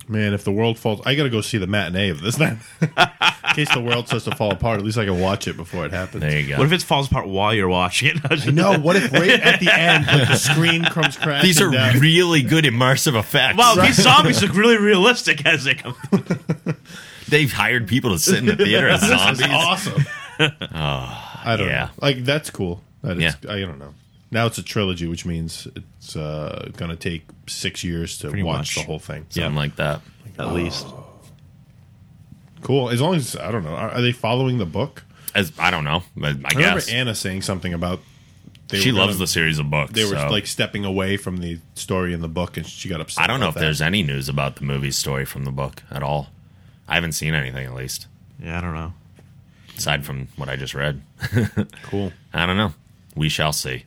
Speaker 6: man, if the world falls, I got to go see the matinee of this then. In case the world starts to fall apart, at least I can watch it before it happens.
Speaker 5: There you go.
Speaker 7: what if it falls apart while you're watching it?
Speaker 6: No, what if right at the end, like the screen comes crashing
Speaker 5: These are
Speaker 6: down?
Speaker 5: really good immersive effects.
Speaker 7: Wow, these zombies look really realistic as they come.
Speaker 5: They've hired people to sit in the theater as
Speaker 6: This
Speaker 5: zombies.
Speaker 6: is awesome. I don't
Speaker 5: yeah.
Speaker 6: know. Like that's cool. That is,
Speaker 5: Yeah.
Speaker 6: I don't know. Now it's a trilogy, which means it's uh, gonna take six years to
Speaker 7: Pretty
Speaker 6: watch
Speaker 7: much.
Speaker 6: the whole thing.
Speaker 5: Something like that.
Speaker 7: At least
Speaker 6: Cool. As long as I don't know, are, are they following the book?
Speaker 5: As I don't know, but I,
Speaker 6: I remember
Speaker 5: guess
Speaker 6: Anna saying something about they
Speaker 5: she
Speaker 6: were gonna-
Speaker 5: loves the series of books.
Speaker 6: They were
Speaker 5: so
Speaker 6: like stepping away from the story in the book, and she got upset.
Speaker 5: I don't know
Speaker 6: about
Speaker 5: if
Speaker 6: that.
Speaker 5: there's any news about the movie's story from the book at all. I haven't seen anything at least,
Speaker 7: yeah, I don't know.
Speaker 5: aside from what I just read.
Speaker 6: cool.
Speaker 5: I don't know. We shall see.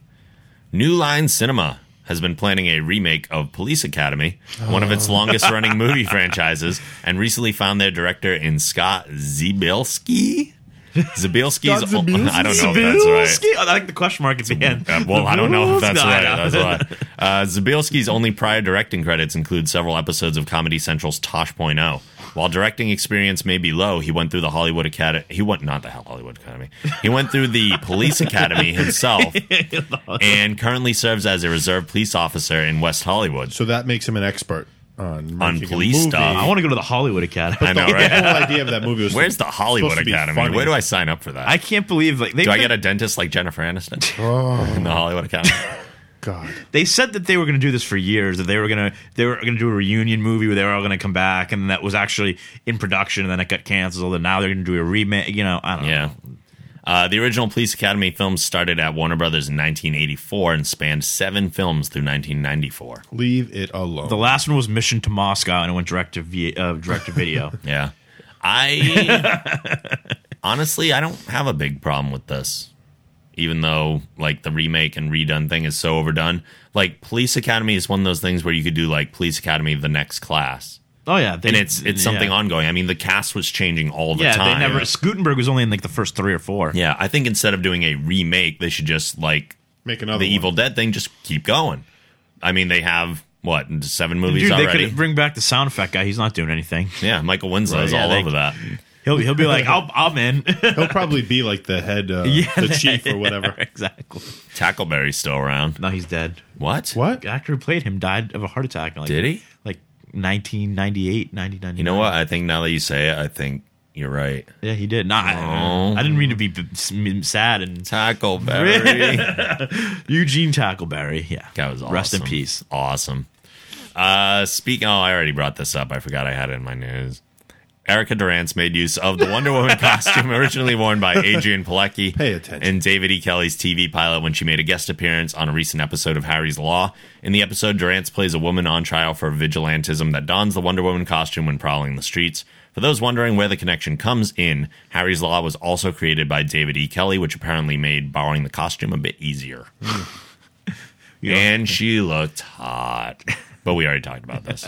Speaker 5: New Line Cinema has been planning a remake of Police Academy, one of its longest running movie franchises, and recently found their director in Scott Zebilski. Zabielski's.
Speaker 6: Don Zabielski?
Speaker 5: I don't know if that's right.
Speaker 7: Zabilski? Oh, I like the question mark at the end.
Speaker 5: Uh, well, I don't know if that's
Speaker 7: No, I
Speaker 5: right.
Speaker 7: know.
Speaker 5: That's why. Uh, Zabielski's only prior directing credits include several episodes of Comedy Central's Tosh.0. While directing experience may be low, he went through the Hollywood Academy. He went not the Hollywood Academy. He went through the Police Academy himself, and currently serves as a reserve police officer in West Hollywood.
Speaker 6: So that makes him an expert on
Speaker 5: On
Speaker 6: making a
Speaker 5: police
Speaker 6: movie.
Speaker 5: stuff.
Speaker 7: I want to go to the Hollywood Academy.
Speaker 5: I know,
Speaker 6: The
Speaker 5: right?
Speaker 6: whole idea of that movie was
Speaker 5: Where's the Hollywood
Speaker 6: supposed to be
Speaker 5: Academy?
Speaker 6: funny.
Speaker 5: Where do I sign up for that?
Speaker 7: I can't believe like they
Speaker 5: do I get a dentist like Jennifer Aniston in the Hollywood Academy?
Speaker 6: God.
Speaker 7: they said that they were going to do this for years that they were going to they were going to do a reunion movie where they were all going to come back and that was actually in production and then it got canceled and now they're going to do a remake you know i don't know
Speaker 5: Yeah. Uh, the original Police Academy films started at Warner Brothers in 1984 and spanned seven films through 1994.
Speaker 6: Leave it alone.
Speaker 7: the last one was mission to moscow and it went direct to, v- uh, direct to video
Speaker 5: Yeah. I honestly, I don't have a big problem with this, even though like the remake and redone thing is so overdone. Like Police Academy is one of those things where you could do like Police Academy the next class.
Speaker 7: oh yeah they,
Speaker 5: And it's it's something
Speaker 7: yeah.
Speaker 5: ongoing. I mean, the cast was changing all the
Speaker 7: yeah
Speaker 5: time.
Speaker 7: they never gutenberg was only in like the first three or four
Speaker 5: Yeah, I think instead of doing a remake, they should just like
Speaker 6: Make another
Speaker 5: the
Speaker 6: one.
Speaker 5: Evil Dead thing. Just keep going. I mean, they have what seven movies
Speaker 7: Dude, they
Speaker 5: already.
Speaker 7: could bring back the sound effect guy. He's not doing anything.
Speaker 5: yeah, Michael Winslow's
Speaker 7: Right, yeah,
Speaker 5: all
Speaker 7: they-
Speaker 5: over that.
Speaker 7: He'll he'll be like, I'll, I'm in.
Speaker 6: He'll probably be like the head, uh, the chief or whatever.
Speaker 7: exactly.
Speaker 5: Tackleberry's still around.
Speaker 7: No, he's dead.
Speaker 5: What?
Speaker 6: What?
Speaker 7: The actor who played him died of a heart attack. Like,
Speaker 5: Did he?
Speaker 7: Like 1998, 1999.
Speaker 5: You know what? I think now that you say it, I think you're right.
Speaker 7: Yeah, he did. Not.
Speaker 5: Oh.
Speaker 7: I, I didn't mean to be b- s- m- sad. And
Speaker 5: Tackleberry.
Speaker 7: Eugene Tackleberry. Yeah,
Speaker 5: That was awesome.
Speaker 7: Rest in peace.
Speaker 5: Awesome. Uh, speak. Oh, I already brought this up. I forgot I had it in my news. Erica Durant's made use of the Wonder Woman costume originally worn by Adrian Pilecki
Speaker 6: Pay attention.
Speaker 5: and David E. Kelly's TV pilot when she made a guest appearance on a recent episode of Harry's Law. In the episode, Durant plays a woman on trial for vigilantism that dons the Wonder Woman costume when prowling the streets. For those wondering where the connection comes in, Harry's Law was also created by David E. Kelly, which apparently made borrowing the costume a bit easier. And she looked hot. But we already talked about this.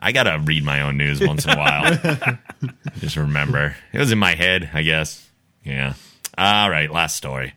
Speaker 5: I gotta read my own news once in a while. Just remember. It was in my head, I guess. Yeah. All right, last story.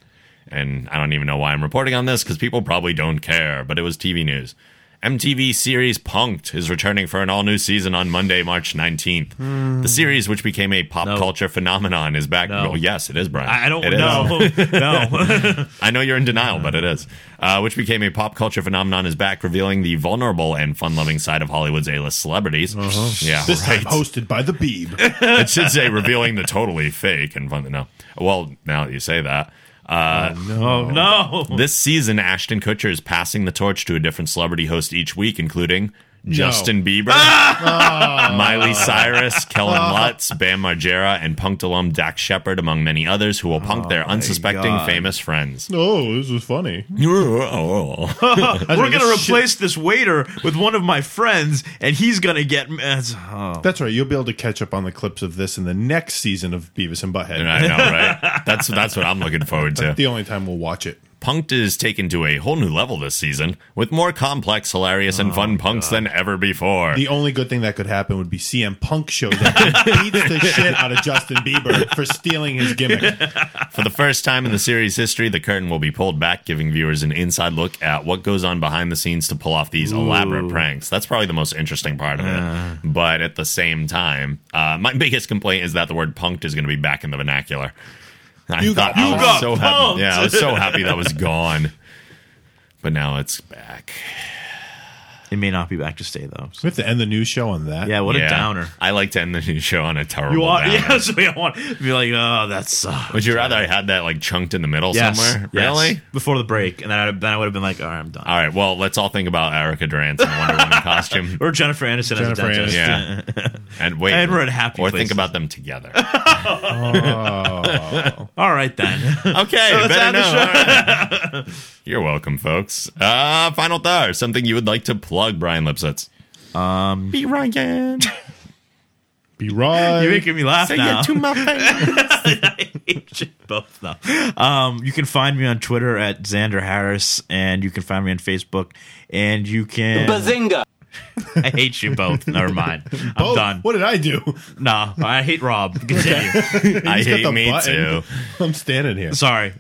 Speaker 5: And I don't even know why I'm reporting on this because people probably don't care, but it was TV news. MTV series Punked is returning for an all new season on Monday, March 19th. The series, which became a pop
Speaker 7: No.
Speaker 5: culture phenomenon, is back.
Speaker 7: No.
Speaker 5: Oh, yes, it is, Brian.
Speaker 7: I I don't
Speaker 5: It is.
Speaker 7: know. no.
Speaker 5: I know you're in denial, but it is. Uh, which became a pop culture phenomenon is back, revealing the vulnerable and fun loving side of Hollywood's A list celebrities. Yeah,
Speaker 6: This
Speaker 5: right.
Speaker 6: time hosted by the Beeb.
Speaker 5: it should say revealing the totally fake and fun. No. Well, now that you say that. Uh,
Speaker 7: Oh no.
Speaker 5: This season, Ashton Kutcher is passing the torch to a different celebrity host each week, including. Justin Bieber,
Speaker 7: Ah! Oh.
Speaker 5: Miley Cyrus, Kellen Lutz, Bam Margera, and Punked alum Dak Shepard, among many others, who will punk their unsuspecting
Speaker 7: Oh God. Oh,
Speaker 5: famous friends.
Speaker 6: oh, this is funny.
Speaker 7: We're
Speaker 6: like,
Speaker 7: gonna
Speaker 6: this shit-
Speaker 7: replace this waiter with one of my friends, and he's gonna get. m- it's- Oh.
Speaker 6: That's right. You'll be able to catch up on the clips of this in the next season of Beavis and Butthead.
Speaker 5: I know, right? That's that's what I'm looking forward to.
Speaker 6: The only time we'll watch it.
Speaker 5: Punked is taken to a whole new level this season, with more complex, hilarious,
Speaker 7: Oh
Speaker 5: and fun punks than ever before.
Speaker 6: The only good thing that could happen would be CM Punk shows up and beats the shit out of Justin Bieber for stealing his gimmick.
Speaker 5: For the first time in the series' history, the curtain will be pulled back, giving viewers an inside look at what goes on behind the scenes to pull off these elaborate pranks. That's probably the most interesting part of it.
Speaker 7: Uh.
Speaker 5: But at the same time, uh, my biggest complaint is that the word punked is going to be back in the vernacular. I
Speaker 6: You
Speaker 5: thought
Speaker 6: got-
Speaker 5: I
Speaker 6: you
Speaker 5: was
Speaker 7: got
Speaker 5: so happy.
Speaker 7: punked.
Speaker 5: Yeah, I was so happy that was gone. But now it's back.
Speaker 7: It may not be back to stay though.
Speaker 6: We have to end the news show on that.
Speaker 7: Yeah, what
Speaker 5: Yeah.
Speaker 7: a downer.
Speaker 5: I like to end the new show on a terrible
Speaker 7: You are,
Speaker 5: downer.
Speaker 7: yeah, so you want to be like, oh, that sucks.
Speaker 5: Would you rather I had that like chunked in the middle somewhere?
Speaker 7: yes.
Speaker 5: Really? Uh,
Speaker 7: Before the break, and then I, then I would have been like, all right, I'm done.
Speaker 5: All right. Well, let's all think about Erica Durant's and Wonder Woman costume.
Speaker 7: Or Jennifer Aniston
Speaker 6: Jennifer
Speaker 7: as a dentist.
Speaker 5: Yeah. And wait.
Speaker 7: And we're at happy
Speaker 5: Or
Speaker 7: places.
Speaker 5: think about them together.
Speaker 7: All right then.
Speaker 5: Okay.
Speaker 7: Let's
Speaker 5: better
Speaker 7: end the
Speaker 5: know.
Speaker 7: show.
Speaker 5: All right. You're welcome, folks. Uh, final thought. Something you would like to plug, Brian Lipsitz. Um, be Ryan.
Speaker 6: Be right.
Speaker 7: You're making me laugh now.
Speaker 5: my face.
Speaker 7: I hate you both now. Um, you can find me on Twitter at Xander Harris, and you can find me on Facebook, and you can.
Speaker 10: Bazinga!
Speaker 7: I hate you both. Never mind. I'm
Speaker 6: Oh,
Speaker 7: done.
Speaker 6: What did I do?
Speaker 7: No, I hate Rob. Continue.
Speaker 5: I
Speaker 6: He's got
Speaker 5: hate
Speaker 6: the
Speaker 5: me
Speaker 6: button. I'm standing here.
Speaker 7: Sorry.
Speaker 5: too.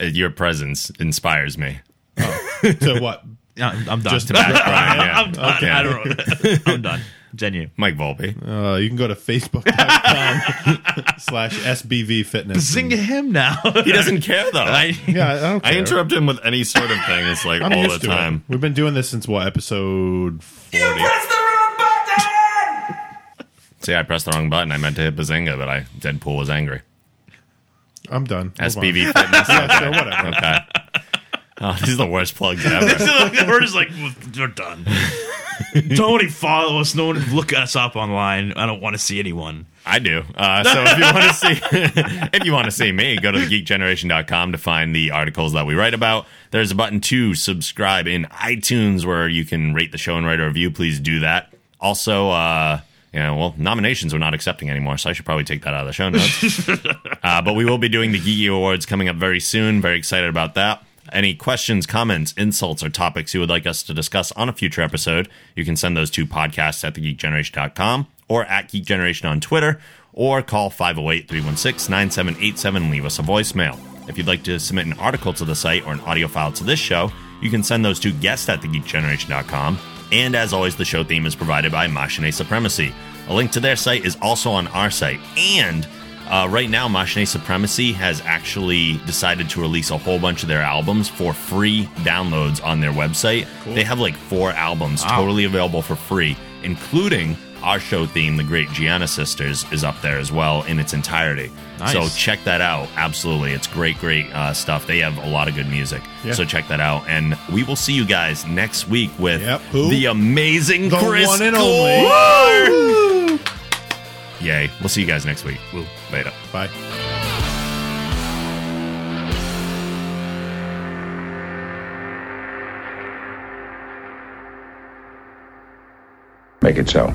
Speaker 5: Uh, Your presence inspires me.
Speaker 6: to what?
Speaker 7: I'm, I'm done.
Speaker 6: Just to
Speaker 7: I'm,
Speaker 5: yeah.
Speaker 6: back Brian,
Speaker 7: done.
Speaker 5: Okay.
Speaker 7: I don't. I'm done. Genuine.
Speaker 5: Mike Volpe.
Speaker 6: Uh, you can go to facebook.com slash SBV Fitness.
Speaker 7: Sing to him now.
Speaker 5: He doesn't care though.
Speaker 7: I,
Speaker 6: Yeah, I don't
Speaker 5: I
Speaker 6: care.
Speaker 5: interrupt him with any sort of thing. It's like
Speaker 6: I'm
Speaker 5: all the
Speaker 6: used to it.
Speaker 5: time.
Speaker 6: We've been doing this since what episode forty?
Speaker 5: See, I pressed the wrong button. I meant to hit Bazinga, but I Deadpool was angry.
Speaker 6: I'm done. Move on.
Speaker 5: SBV fitness.
Speaker 6: Yeah, sure, whatever.
Speaker 5: Okay. Uh, Oh, this is the worst plugs ever.
Speaker 7: We're just like we're done. don't even follow us. No one look us up online. I don't want to see anyone.
Speaker 5: I do. Uh, so if you want to see, if you want to see me, go to thegeekgeneration.com to find the articles that we write about. There's a button to subscribe in iTunes where you can rate the show and write a review. Please do that. Also, uh, you know, well, nominations we're not accepting anymore, so I should probably take that out of the show notes. uh, but we will be doing the Geeky Awards coming up very soon. Very excited about that. Any questions, comments, insults, or topics you would like us to discuss on a future episode, you can send those to podcasts at thegeekgeneration.com or at Geek Generation on Twitter or call 508 316 9787 and leave us a voicemail. If you'd like to submit an article to the site or an audio file to this show, you can send those to guest at thegeekgeneration.com. And as always, the show theme is provided by Machine Supremacy. A link to their site is also on our site. And uh, right now, Machine Supremacy has actually decided to release a whole bunch of their albums for free downloads on their website. They have like four albums totally available for free, including our show theme, The Great Gianna Sisters, is up there as well in its entirety. So check that out. Absolutely. It's great, great uh, stuff. They have a lot of good music. So check that out. And we will see you guys next week with
Speaker 6: Yep. Who?
Speaker 5: the amazing
Speaker 6: The
Speaker 5: Chris
Speaker 6: one and
Speaker 5: Gore.
Speaker 6: only.
Speaker 5: Yay. We'll see you guys next week. Later.
Speaker 6: Bye.
Speaker 10: Make it so.